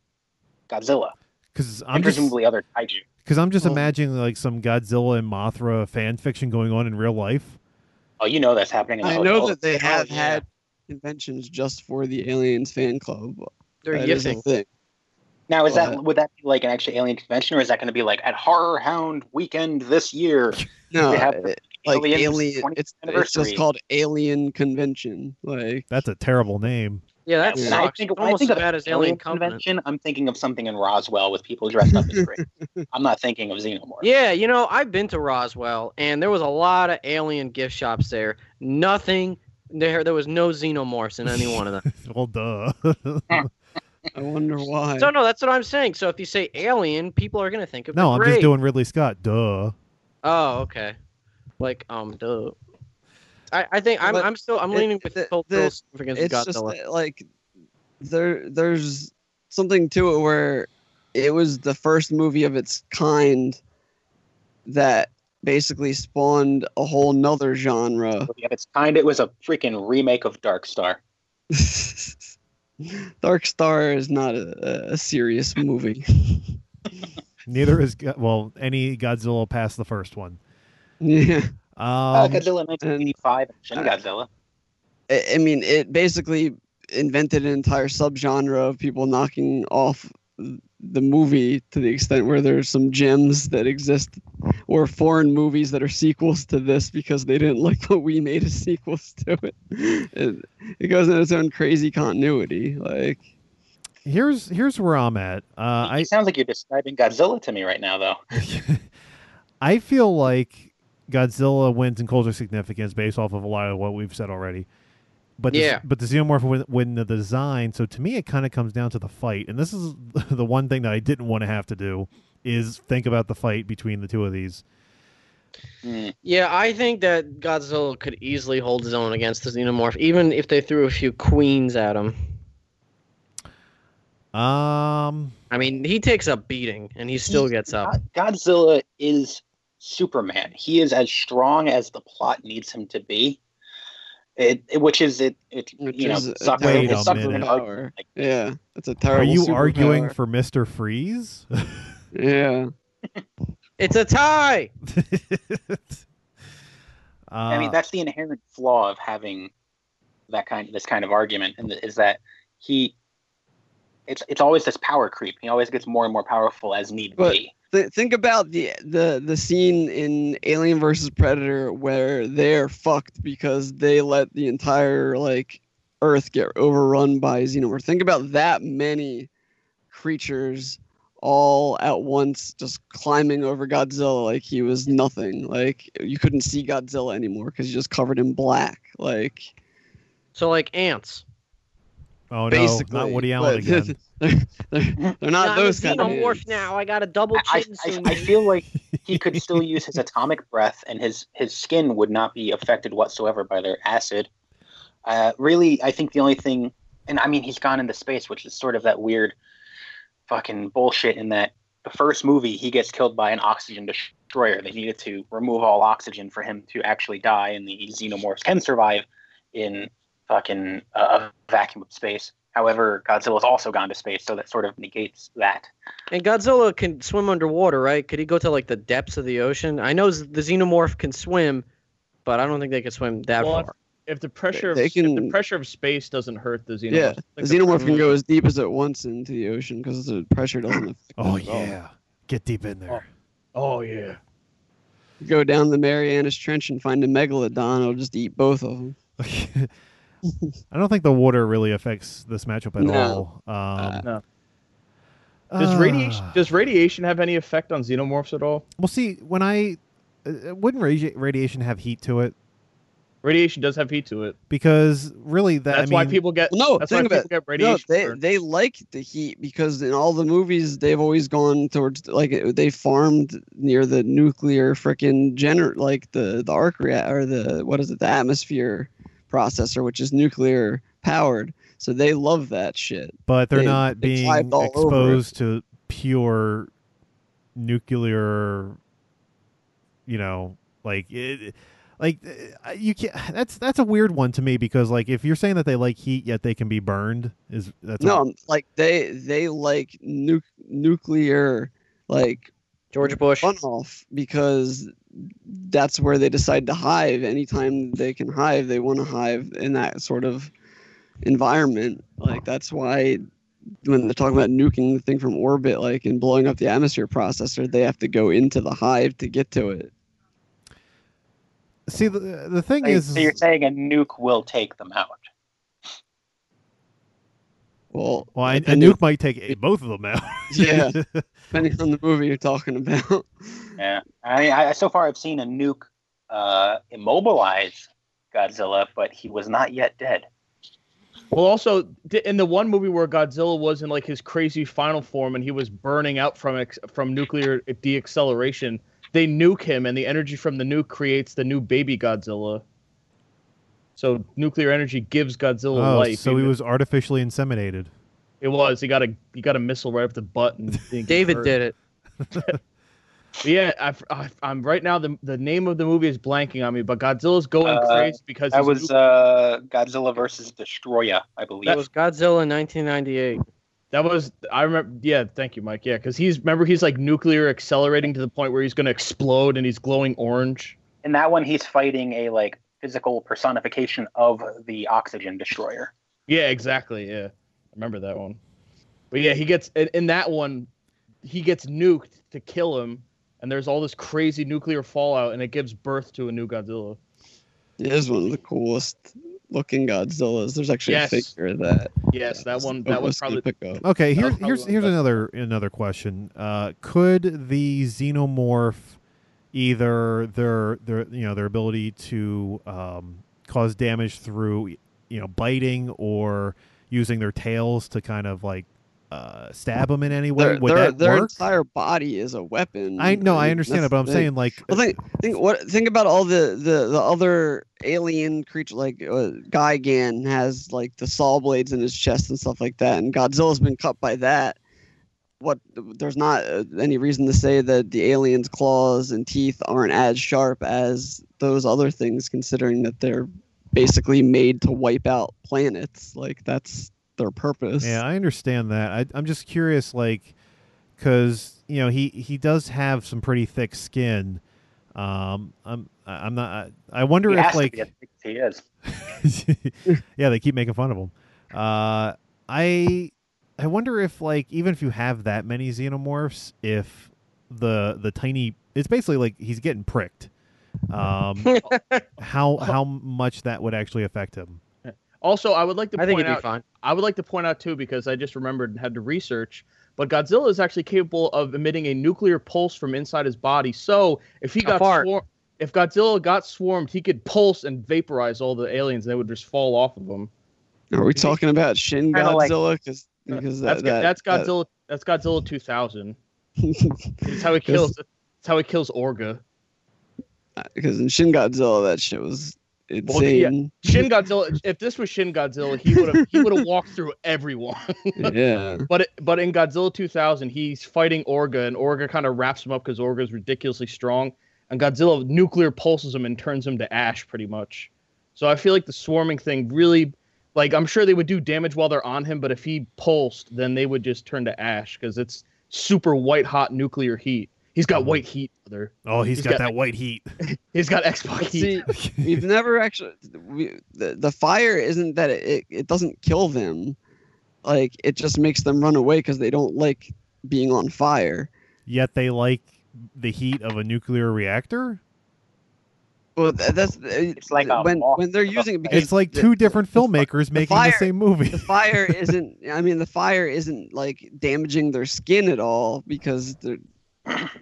Godzilla
because I'm
and
just
presumably other kaiju.
because I'm just
Well-
imagining like some Godzilla and Mothra fan fiction going on in real life.
Oh, you know that's happening. In the
I know
hotel.
that they have
yeah.
had conventions just for the aliens fan club.
They're
That is a
yiffing.
thing.
Now is
Well,
that would that be like an actual alien convention, or is that going to be like at Horror Hound Weekend this year?
No,
They have
it- like
Alien's
alien.
20th
It's, it's just
anniversary.
called Alien Convention. Like
That's a terrible name. *laughs*
Yeah, that
And
sucks. It's almost as bad as Alien Covenant.
convention, I'm thinking of something in Roswell with people dressed up as Drake. I'm not thinking of Xenomorph.
Yeah, you know, I've been to Roswell, and there was a lot of alien gift shops there. Nothing there. There was no xenomorphs in any one of
*laughs*
them.
Well, duh. *laughs*
I wonder why.
so no, that's what I'm saying. So if you say alien, people are gonna think of
no,
the
I'm
Grey.
just doing Ridley Scott. Duh.
Oh, okay. Like um, duh. I, I think I'm
But
I'm still I'm
it-
leaning with
the-
cultural
the-
significance of
it's just
Godzilla.
that, like there there's something to it where it was the first movie of its kind that basically spawned a whole nother genre. *laughs*
If it's kind, it was a freaking remake of Dark Star.
Dark Star is not a, a serious movie. *laughs*
Neither is Go- well any Godzilla past the first one.
yeah.
uh,
Um,
Godzilla 1985 and Shin
uh,
Godzilla.
I, I mean, it basically invented an entire subgenre of people knocking off the movie to the extent where there's some gems that exist or foreign movies that are sequels to this because they didn't like what we made as sequels *laughs* to it. It, it goes in its own crazy continuity. Like,
here's here's where I'm at. Uh, I
it sounds like you're describing Godzilla to me right now, though.
*laughs* I feel like Godzilla wins in cultural significance based off of a lot of what we've said already. But the,
Yeah.
but the xenomorph win, win the design, so to me it kind of comes down to the fight, and this is *laughs* the one thing that I didn't want to have to do is think about the fight between the two of these.
Hmm.
Yeah, I think that Godzilla could easily hold his own against the xenomorph, even if they threw a few queens at him.
Um,
I mean, he takes a beating and he still gets up.
God- Godzilla is Superman. He is as strong as the plot needs him to be. It, it- which is it, it
Which
you know,
is a
sucks-
Wait
it
a
sucks when
minute.
an argument
Power.
like this.
yeah, that's a
are
terrible.
you arguing
superpower.
for Mister Freeze?
Yeah.
It's a tie.
*laughs* Uh,
I mean, that's the inherent flaw of having that kind this kind of argument, and is that he it's it's always this power creep. He always gets more and more powerful as need
But-
be.
Th- think about the the the scene in Alien versus Predator where they're fucked because they let the entire like Earth get overrun by xenomorph. Think about that many creatures all at once just climbing over Godzilla like he was nothing. Like you couldn't see Godzilla anymore because he's just covered in black. Like
So like ants.
oh no,
basically,
not Woody Allen
but-
again.
they're, they're not
I'm a
those kind of
xenomorph
dudes.
now. I got a double
I,
chin
I,
soon.
I feel like he could still use his atomic breath, and his his skin would not be affected whatsoever by their acid. Uh, really, I think the only thing, and I mean, he's gone into space, which is sort of that weird fucking bullshit. In that the first movie, he gets killed by an oxygen destroyer. They needed to remove all oxygen for him to actually die, and the xenomorphs can survive in fucking uh, a vacuum of space. However, Godzilla's also gone to space, so that sort of negates that.
and Godzilla can swim underwater, right? Could he go to like the depths of the ocean? I know z- the xenomorph can swim, but I don't think they can swim that
Well,
far.
If the pressure of
They
if the
can-
pressure of space doesn't hurt the xenomorph,
Yeah,
I
the
think the
xenomorph can
pressure-
go as deep as it wants into the ocean because the pressure doesn't affect
Oh
it at all.
yeah, get deep in there.
Oh yeah.
You go down the Marianas Trench and find a megalodon, it'll just eat both of them.
*laughs* I don't think the water really affects this matchup at
No.
all. Um, uh,
No. Does radiation
Ah.
does radiation have any effect on xenomorphs at all?
well, see, when I uh, wouldn't radi- radiation have heat to it
Radiation does have heat to it.
because really that
That's
I mean,
why people get
Well, no,
that's why
think
people
about
get
it.
radiation.
No, they,
burn.
they like the heat because in all the movies they've always gone towards like it- they farmed near the nuclear freaking gener like the the arc reactor or the what is it the atmosphere processor which is nuclear powered, so they love that shit.
but they're
They-
not
they
being
climbed all over it.
exposed to pure nuclear you know like it, like uh, you can not that's that's a weird one to me because like if you're saying that they like heat yet they can be burned is that's a-
No, I'm- like they they like nu- nuclear like
George Bush.
runoff because that's where they decide to hive. Anytime they can hive, they want to hive in that sort of environment. Like that's why when they're talking about nuking the thing from orbit, like and blowing up the atmosphere processor, they have to go into the hive to get to it.
see the, the thing
So, you-
is
so you're saying a nuke will take them out?
Well,
well, a, a
depending-
nuke might take eh, both of them out.
*laughs* Yeah. depending on the movie you're talking about. *laughs*
Yeah. I mean, I, so far I've seen a nuke uh, immobilize Godzilla, but he was not yet dead.
Well, also di- in the one movie where Godzilla was in like his crazy final form and he was burning out from ex- from nuclear deacceleration, they nuke him, and the energy from the nuke creates the new baby Godzilla. So nuclear energy gives
*laughs*
Godzilla
oh,
life.
so he
even-
was artificially inseminated.
It was. He got a he got a missile right up the
*laughs*
butt. And didn't get
David
hurt.
did it.
But yeah, I've- I've- I'm right now. The the name of the movie is blanking on me, but Godzilla's going
Uh,
crazy because
That
his
was
nuke-
uh, Godzilla versus Destroyer, I believe.
That was Godzilla in 1998.
That was I remember. Yeah, thank you, Mike. Yeah, because he's remember he's like nuclear accelerating to the point where he's going to explode and he's glowing orange.
In that one, he's fighting a like physical personification of the oxygen destroyer.
Yeah, exactly. Yeah, I remember that one. But yeah, he gets in, in that one, he gets nuked to kill him, and there's all this crazy nuclear fallout, and it gives birth to a new Godzilla.
It is one of the coolest looking Godzillas. There's actually
Yes.
a figure of that.
Yes, that one.
I
That was
gonna
probably
pick up.
Okay,
That
here,
was probably
here's
one of
here's
the best
another another question. Uh, could the xenomorph either their their you know their ability to um, cause damage through you know biting or using their tails to kind of like uh, stab them in any way?
Their,
Would
their,
that
their
work?
entire body is a weapon.
I no, I
mean,
understand
that's
it, but I'm
the thing.
saying like
Well, think, think what think about all the, the, the other alien creature like uh, Gigan has like the saw blades in his chest and stuff like that, and Godzilla's been cut by that. What there's not uh, any reason to say that the alien's claws and teeth aren't as sharp as those other things, considering that they're basically made to wipe out planets. Like that's their purpose. *laughs*
Yeah, I understand that. I, I'm just curious, like, because you know he he does have some pretty thick skin. Um, I'm I- I'm not. I, I wonder
He
if
has
like, *laughs*
to be. I think he is.
yeah, they keep making fun of him. Uh, I I wonder if like even if you have that many xenomorphs, if the the tiny it's basically like he's getting pricked.
*laughs*
Um,
Oh.
how how much that would actually affect him?
also I would like to
I think
point
it'd
out
be fine.
I would like to point out too, because I just remembered and had to research, but Godzilla is actually capable of emitting a nuclear pulse from inside his body. So if he
A
got
fart.
swarmed, if Godzilla got swarmed, he could pulse and vaporize all the aliens, and they would just fall off of him.
Are we talking about Shin
Kinda like-
Godzilla? 'Cause- because
That's
that, that,
that's
that-
Godzilla. That's Godzilla 2000.
*laughs*
That's how he kills. That's how he kills Orga.
because in Shin Godzilla that shit was
Well, yeah.
insane.
Shin Godzilla. If this was Shin Godzilla, he would have he would have walked through everyone.
*laughs* yeah.
But it, but in Godzilla 2000, he's fighting Orga, and Orga kind of wraps him up because Orga is ridiculously strong, and Godzilla nuclear pulses him and turns him to ash pretty much. So I feel like the swarming thing really, like I'm sure they would do damage while they're on him, but if he pulsed, then they would just turn to ash because it's super white hot nuclear heat. He's got white heat, brother.
Oh,
He's
he's got,
got-
that white heat.
He's got Xbox heat.
*laughs*
See, we've never actually we, the, the fire isn't that it, it, it doesn't kill them. Like it just makes them run away because they don't like being on fire.
yet they like the heat of a nuclear reactor.
Well, tha- that's uh,
It's like a
when
moth
when they're
to the
using it because
It's like
the-
two different filmmakers making
fire-
the same movie.
the fire isn't i mean the fire isn't like damaging their skin at all because they're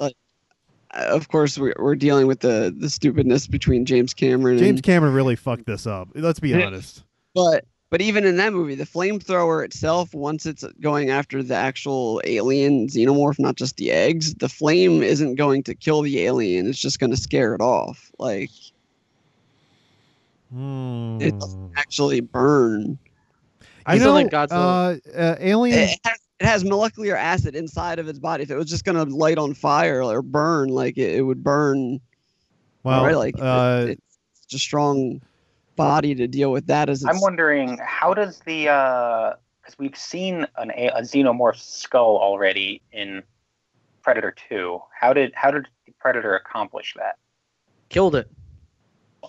like uh, of course we're, we're dealing with the the stupidness between james
*laughs*
cameron
James
and,
Cameron really fucked this up. Let's be
Yeah.
honest.
but but even in that movie the flamethrower itself once it's going after the actual alien xenomorph not just the eggs the flame isn't going to kill the alien it's just going to scare it off like
Hmm.
It doesn't actually burn
I
you
still
Hmm. know,
think Godzilla.
uh, uh, Alien.
It has, it has molecular acid inside of its body. If it was just gonna light on fire or burn, like it, it would burn.
Well,
right? like it-
uh,
it's such a strong body to deal with that. As it's,
I'm wondering how does the because we've seen an, a, a xenomorph skull already in Predator Two. How did how did Predator accomplish that?
Killed it.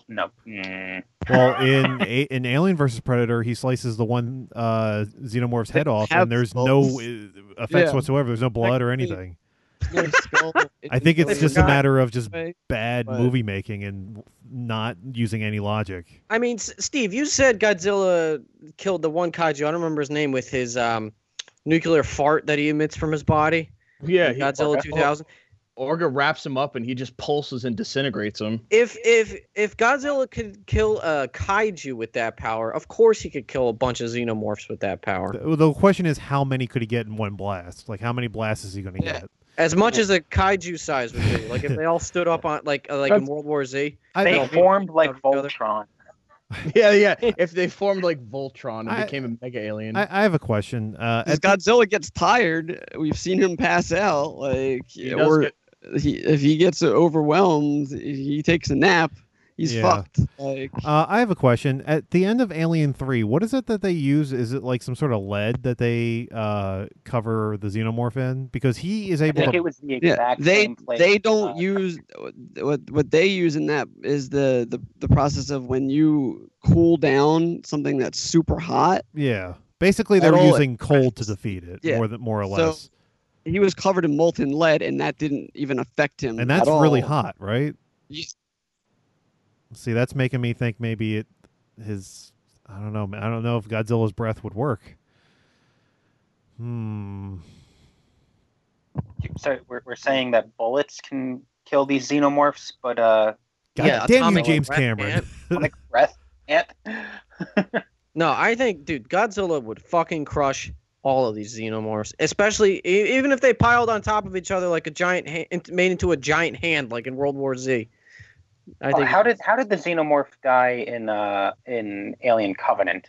No, mm,
*laughs* well, in A- in Alien versus Predator, he slices the one uh, xenomorph's head off,
have
and there's no
skulls.
uh, effects
Yeah.
whatsoever. There's no blood or
Technically,
anything.
No *laughs* skull. It
I think
was
it's
really
just a
forgot.
matter of just
way.
bad
but-
movie making and not using any logic.
I mean, S- Steve, you said Godzilla killed the one kaiju. I don't remember his name with his um, nuclear fart that he emits from his body.
*laughs* Yeah,
in
he-
Godzilla 2000.
Orga wraps him up and he just pulses and disintegrates him. *laughs*
If if if Godzilla could kill a kaiju with that power, of course he could kill a bunch of xenomorphs with that power.
The, the question is, how many could he get in one blast? Like, how many blasts is he going to
Yeah.
get?
As much as a kaiju size would be. Like if they all stood up on like uh, like in
That's-
World War Z.
I,
they
don't-
formed like
Of each other.
Voltron.
Yeah, yeah. If they formed like Voltron and
I-
became a mega alien,
I, I have a question. Uh,
As
at the-
Godzilla gets tired, we've seen him pass out. Like,
he does
or
get-
he, if he gets overwhelmed, he takes a nap. He's
Yeah.
fucked. Like,
Uh, I have a question. At the end of Alien Three, what is it that they use? Is it like some sort of lead that they uh, cover the xenomorph in? Because he is
I
able
think
to.
it was the
yeah,
exact
they
same place.
they don't
uh,
use what what they use in that is the, the the process of when you cool down something that's super hot.
Yeah, basically they were
At all,
using coal to defeat it,
Yeah.
more than more or
So-
less,
He was covered in molten lead, and that didn't even affect him.
and that's
at
really
all.
hot, right?
You-
See, that's making me think maybe it his. I don't know. man. I don't know if Godzilla's breath would work. Hmm.
So we're, we're saying that bullets can kill these xenomorphs, but uh,
God
Yeah,
damn you,
atomic
James
breath,
Cameron.
man.
atomic breath can't.
No, I think dude, Godzilla would fucking crush all of these xenomorphs, especially e- even if they piled on top of each other like a giant hand, made into a giant hand like in World War Z. I
Oh,
think
how did how did the xenomorph die in uh in Alien Covenant?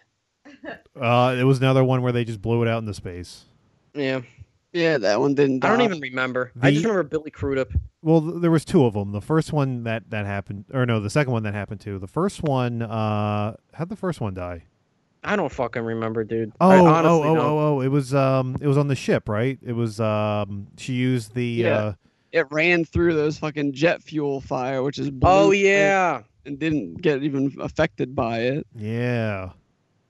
Uh, it was another one where they just blew it out into space.
yeah.
Yeah, that one didn't.
I don't
die.
even remember. I
The-
just remember Billy Crudup.
Well, th- there was two of them. The first one that that happened, or no, the second one that happened too. The first one, uh, how'd the first one die?
I don't fucking remember, dude.
Oh,
I
oh,
honestly
oh,
don't.
oh, oh! It was um, it was on the ship, right? It was um, she used the
Yeah.
uh,
It ran through those fucking jet fuel fire, which is blue
Oh yeah.
and didn't get even affected by it.
yeah,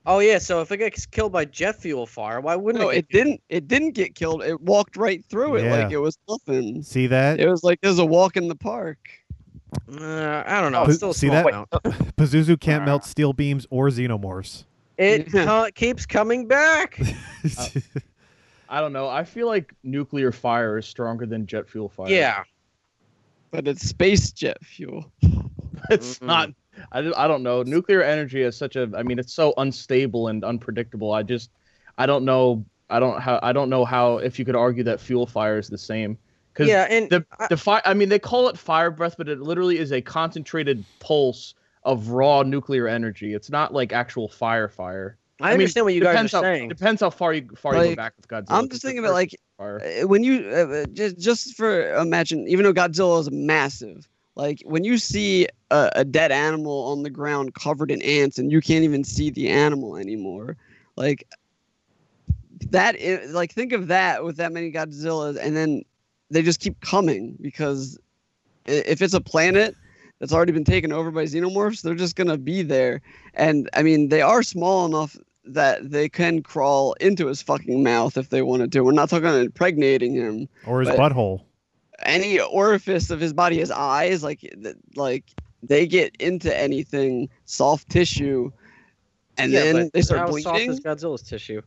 Oh yeah. So if it gets killed by jet fuel fire, why wouldn't
No,
it? get
it didn't. It didn't get killed. It walked right through it like
Yeah.
it was nothing.
see that?
It was like there's a walk in the park.
killed? Uh, I don't know.
Who-
It's still a
see
small
that?
Wait,
amount.
Pazuzu can't melt steel beams or xenomorphs.
It co- keeps coming back.
I don't know. I feel like nuclear fire is stronger than jet fuel fire.
yeah.
But it's space jet fuel.
*laughs* it's
Mm-mm.
not. I, don't- I don't know. Nuclear energy is such a. I mean, it's so unstable and unpredictable. I just, I don't know. I don't how. I don't know how if you could argue that fuel fire is the same. Because
Yeah, and
the
I-
the fire. I mean, they call it fire breath, but it literally is a concentrated pulse of raw nuclear energy. It's not like actual fire fire.
I,
mean,
understand what you guys are
depends how,
saying.
Depends how far you far you go
Like,
back with Godzilla.
I'm
'cause
just
the
thinking about
first
like
fire.
uh, when you uh, uh, just just for imagine, even though Godzilla is massive, like when you see a, a dead animal on the ground covered in ants and you can't even see the animal anymore, like that. i like think of that with that many Godzillas, and then they just keep coming because i- if it's a planet that's already been taken over by xenomorphs, they're just gonna be there. And I mean, they are small enough that they can crawl into his fucking mouth if they wanted to. We're not talking about impregnating him.
*laughs* or his
But-
butthole.
Any orifice of his body, his eyes, like th- like they get into anything soft tissue, and
Yeah,
then
but
they start
how soft
bleeding.
is Godzilla's tissue?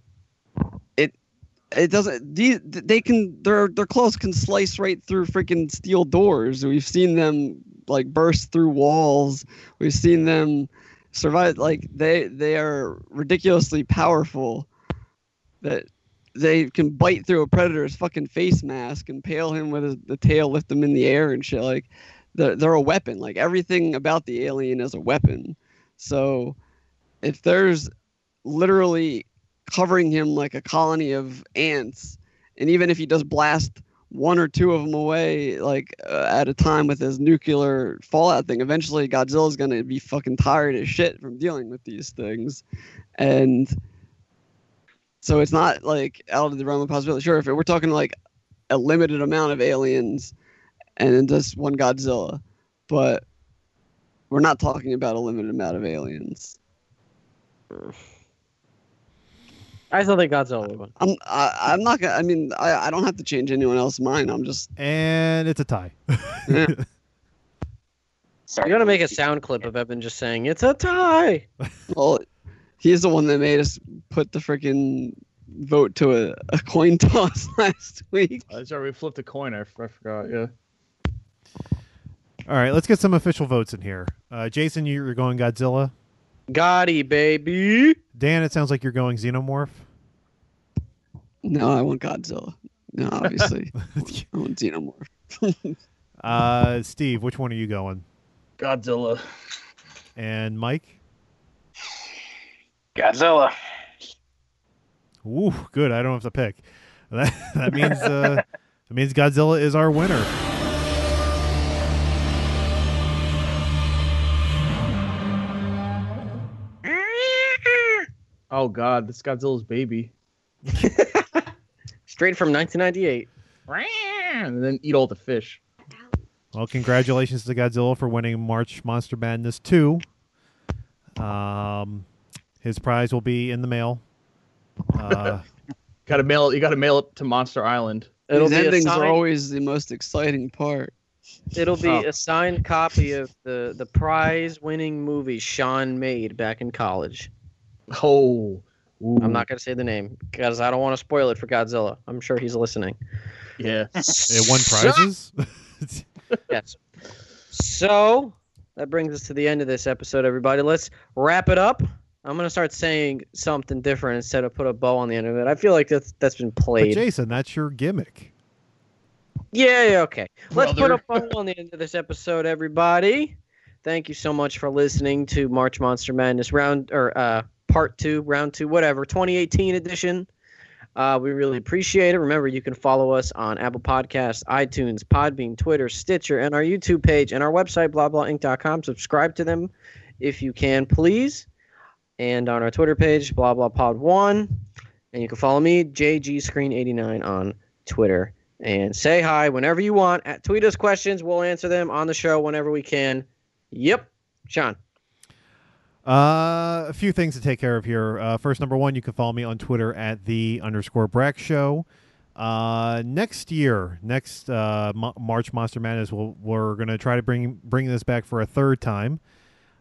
It doesn't. These they can their their claws can slice right through freaking steel doors. We've seen them like burst through walls. We've seen them survive. Like they they are ridiculously powerful. That they can bite through a predator's fucking face mask, impale him with his, the tail, lift him in the air and shit. Like they're they're a weapon. Like everything about the alien is a weapon. So if there's literally covering him like a colony of ants. And even if he does blast one or two of them away, like uh, at a time with his nuclear fallout thing, eventually Godzilla's gonna be fucking tired as shit from dealing with these things, and so it's not like out of the realm of possibility. Sure, if we're talking like a limited amount of aliens, and then just one Godzilla, but we're not talking about a limited amount of aliens.
I still think Godzilla would win.
I'm I, I'm not gonna. I mean, I, I don't have to change anyone else's mind. I'm just
And it's a tie.
You gotta make a sound clip of Evan just saying it's a tie.
well, he's the one that made us put the freaking vote to a, a coin *laughs* toss last week.
Uh, sorry, we flipped a coin. I, f- I forgot. Yeah.
All right, let's get some official votes in here. Uh, Jason, you- you're going Godzilla.
Gotti, baby.
Dan, it sounds like you're going Xenomorph.
No, I want Godzilla. No, obviously, I want Xenomorph.
Uh, Steve, which one are you going?
Godzilla.
And Mike?
Godzilla.
Ooh, good. I don't have to pick. *laughs* That, that means uh, that means Godzilla is our winner.
Oh God, this Godzilla's baby.
Straight from 1998.
And then eat all the fish.
Well, congratulations to Godzilla for winning March Monster Madness 2. Um, his prize will be in the mail. Uh,
Got to mail. You got to mail it to Monster Island.
It'll
These
be a
endings
signed,
are always the most exciting part.
it'll be
Oh.
a signed copy of the the prize winning movie Sean made back in college.
Oh. Ooh.
I'm not gonna say the name because I don't want to spoil it for Godzilla. I'm sure he's listening.
Yeah.
it won prizes.
yes. So that brings us to the end of this episode, everybody. Let's wrap it up. I'm gonna start saying something different instead of put a bow on the end of it. I feel like that's that's been
but
played.
*laughs* Jason, that's your gimmick.
Yeah, yeah, okay. Let's put
Brother.
a bow on the end of this episode, everybody. Thank you so much for listening to March Monster Madness round or uh, part two, round two, whatever, 2018 edition. Uh, we really appreciate it. Remember, you can follow us on Apple Podcasts, iTunes, Podbean, Twitter, Stitcher, and our YouTube page and our website, blahblahinc.com. Subscribe to them if you can, please. And on our Twitter page, blah blah pod one. And you can follow me, JGScreen89 on Twitter and say hi whenever you want. At, tweet us questions. We'll answer them on the show whenever we can. Yep. Sean.
Uh, a few things to take care of here. Uh, first, number one, you can follow me on Twitter at the underscore Brack Show. Uh, next year, next uh, Mo- March Monster Madness, we'll, we're going to try to bring bring this back for a third time.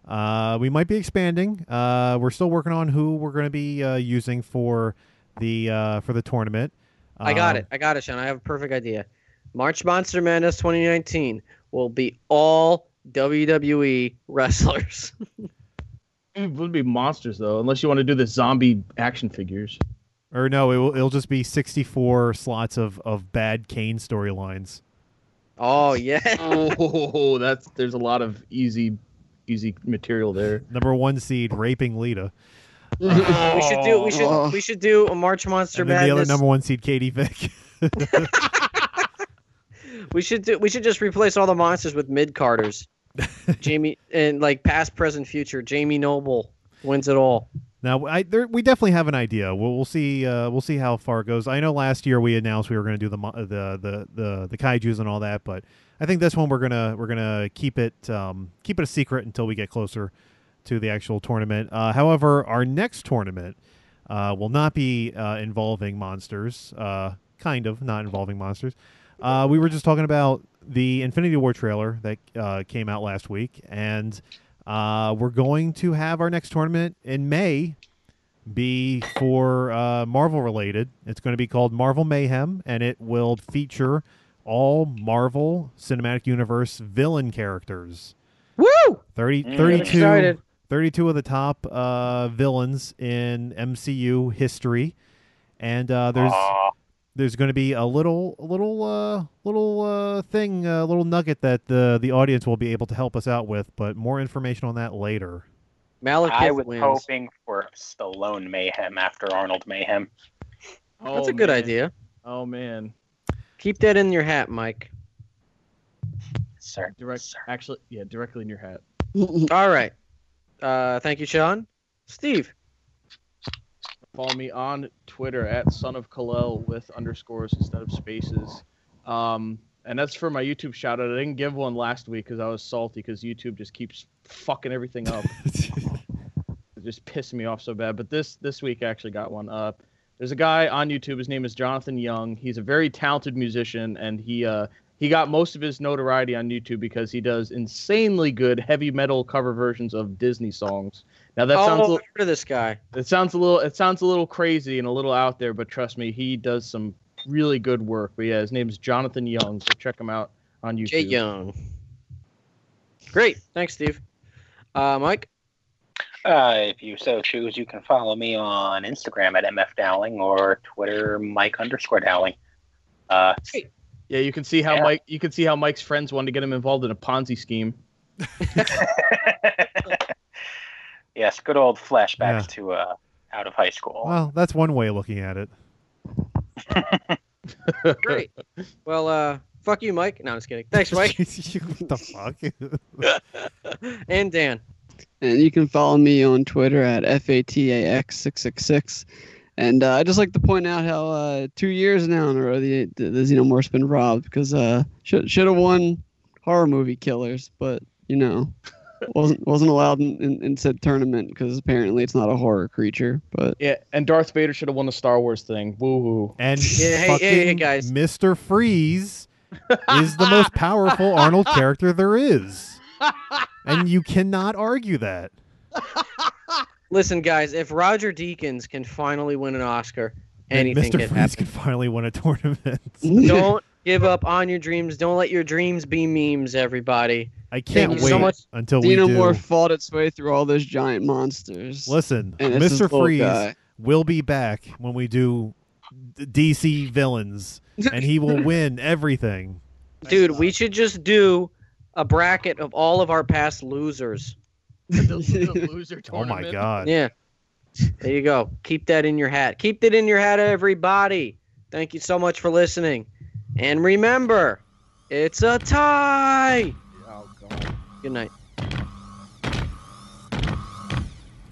Uh, we might be expanding. Uh, we're still working on who we're going to be uh, using for the uh, for the tournament.
I got
Um,
it. I got it, Sean. I have a perfect idea. March Monster Madness 2019 will be all WWE wrestlers. *laughs*
It would be monsters though, unless you want to do the zombie action figures.
Um, Or no, it will, it'll just be sixty four slots of of bad Kane storylines.
Oh, yeah.
oh, *laughs* that's there's a lot of easy, easy material there.
Number one seed raping Lita,
*laughs*
we should do we should we should do a March Monster
Oh. and then the other
Madness.
number one seed Katie Vick.
we should do we should just replace all the monsters with mid
*laughs*
carders. Jamie and like past, present, future. Jamie Noble wins it all.
Now, I there, we definitely have an idea. We'll, we'll see. Uh, we'll see how far it goes. I know last year we announced we were going to do the, mo- the the the the kaiju's and all that, but I think this one we're gonna we're gonna keep it um, keep it a secret until we get closer to the actual tournament. Uh, however, our next tournament uh, will not be uh, involving monsters. Uh, kind of not involving monsters. Uh, we were just talking about the Infinity War trailer that uh, came out last week, and uh, we're going to have our next tournament in May be for uh, Marvel related. It's going to be called Marvel Mayhem, and it will feature all Marvel Cinematic Universe villain characters.
Woo!
30,
Mm,
32,
excited.
32 of the top uh, villains in MCU history. And uh, there's
Aw.
there's going to be a little a little uh, little uh, thing a little nugget that the the audience will be able to help us out with, but more information on that later.
Malekith
I was
wins.
hoping for Stallone Mayhem after Arnold Mayhem.
That's
Oh,
a good
man.
idea.
Oh man,
Keep that in your hat, Mike.
Sir,
direct.
sir.
Actually, yeah, directly in your hat.
All right. Uh, thank you, Sean. Steve.
Follow me on Twitter at son of Kalel with underscores instead of spaces. Um, and that's for my YouTube shout out. I didn't give one last week because I was salty because YouTube just keeps fucking everything up. it just pissed me off so bad. But this this week I actually got one up. There's a guy on YouTube. His name is Jonathan Young. He's a very talented musician, and he uh, he got most of his notoriety on YouTube because he does insanely good heavy metal cover versions of Disney songs. Now that
oh,
sounds a little,
I've heard of this guy.
it sounds a little it sounds a little crazy and a little out there, but trust me, he does some really good work. But yeah, his name is Jonathan Young. So check him out on YouTube.
Jay Young. Great. Thanks, Steve. Uh, Mike.
Uh, if you so choose, you can follow me on Instagram at MF Dowling or Twitter Mike underscore Dowling. Uh,
Yeah, you can see how
Yeah.
Mike you can see how Mike's friends wanted to get him involved in a Ponzi scheme.
yes, good old flashbacks
Yeah.
to uh, out of high school.
*laughs* Well, that's one way of looking at it.
*laughs*
Great. well, uh, fuck you, Mike. No, I'm just kidding. Thanks,
*laughs*
Mike.
what the fuck?
and Dan.
And you can follow me on Twitter at FATAX666. And uh, I'd just like to point out how uh, two years now in a row the, the, the Xenomorph's been robbed because uh, should should have won horror movie killers, but
*laughs*
you know wasn't wasn't allowed in, in, in said tournament because apparently it's not a horror creature. But
Yeah, and Darth Vader should have won the Star Wars thing. Woo hoo.
And *laughs*
Yeah, hey, hey,
fucking
hey, guys.
Mr.
*laughs*
Freeze is the most powerful Arnold character there is. And you cannot argue that.
Listen, guys. If Roger Deakins can finally win an Oscar,
And
anything
Mr.
can
Freeze
happen.
can finally win a tournament.
*laughs*
Don't give up on your dreams. Don't let your dreams be memes, everybody.
I can't
you
wait
so much.
until we
Xenomorph
do.
fought its way through all those giant monsters.
Listen,
and it's this
Mr.
little
Freeze
guy.
will be back when we do d- DC
*laughs*
villains, and he will win everything.
Dude, we should just do a bracket of all of our past losers.
The, *laughs* the loser
Oh my
tournament.
god!
Yeah. There you go. Keep that in your hat. Keep that in your hat, everybody. Thank you so much for listening. And remember, it's a tie.
Oh, God.
Good night.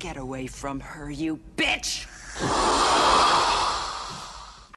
Get away from her, you bitch!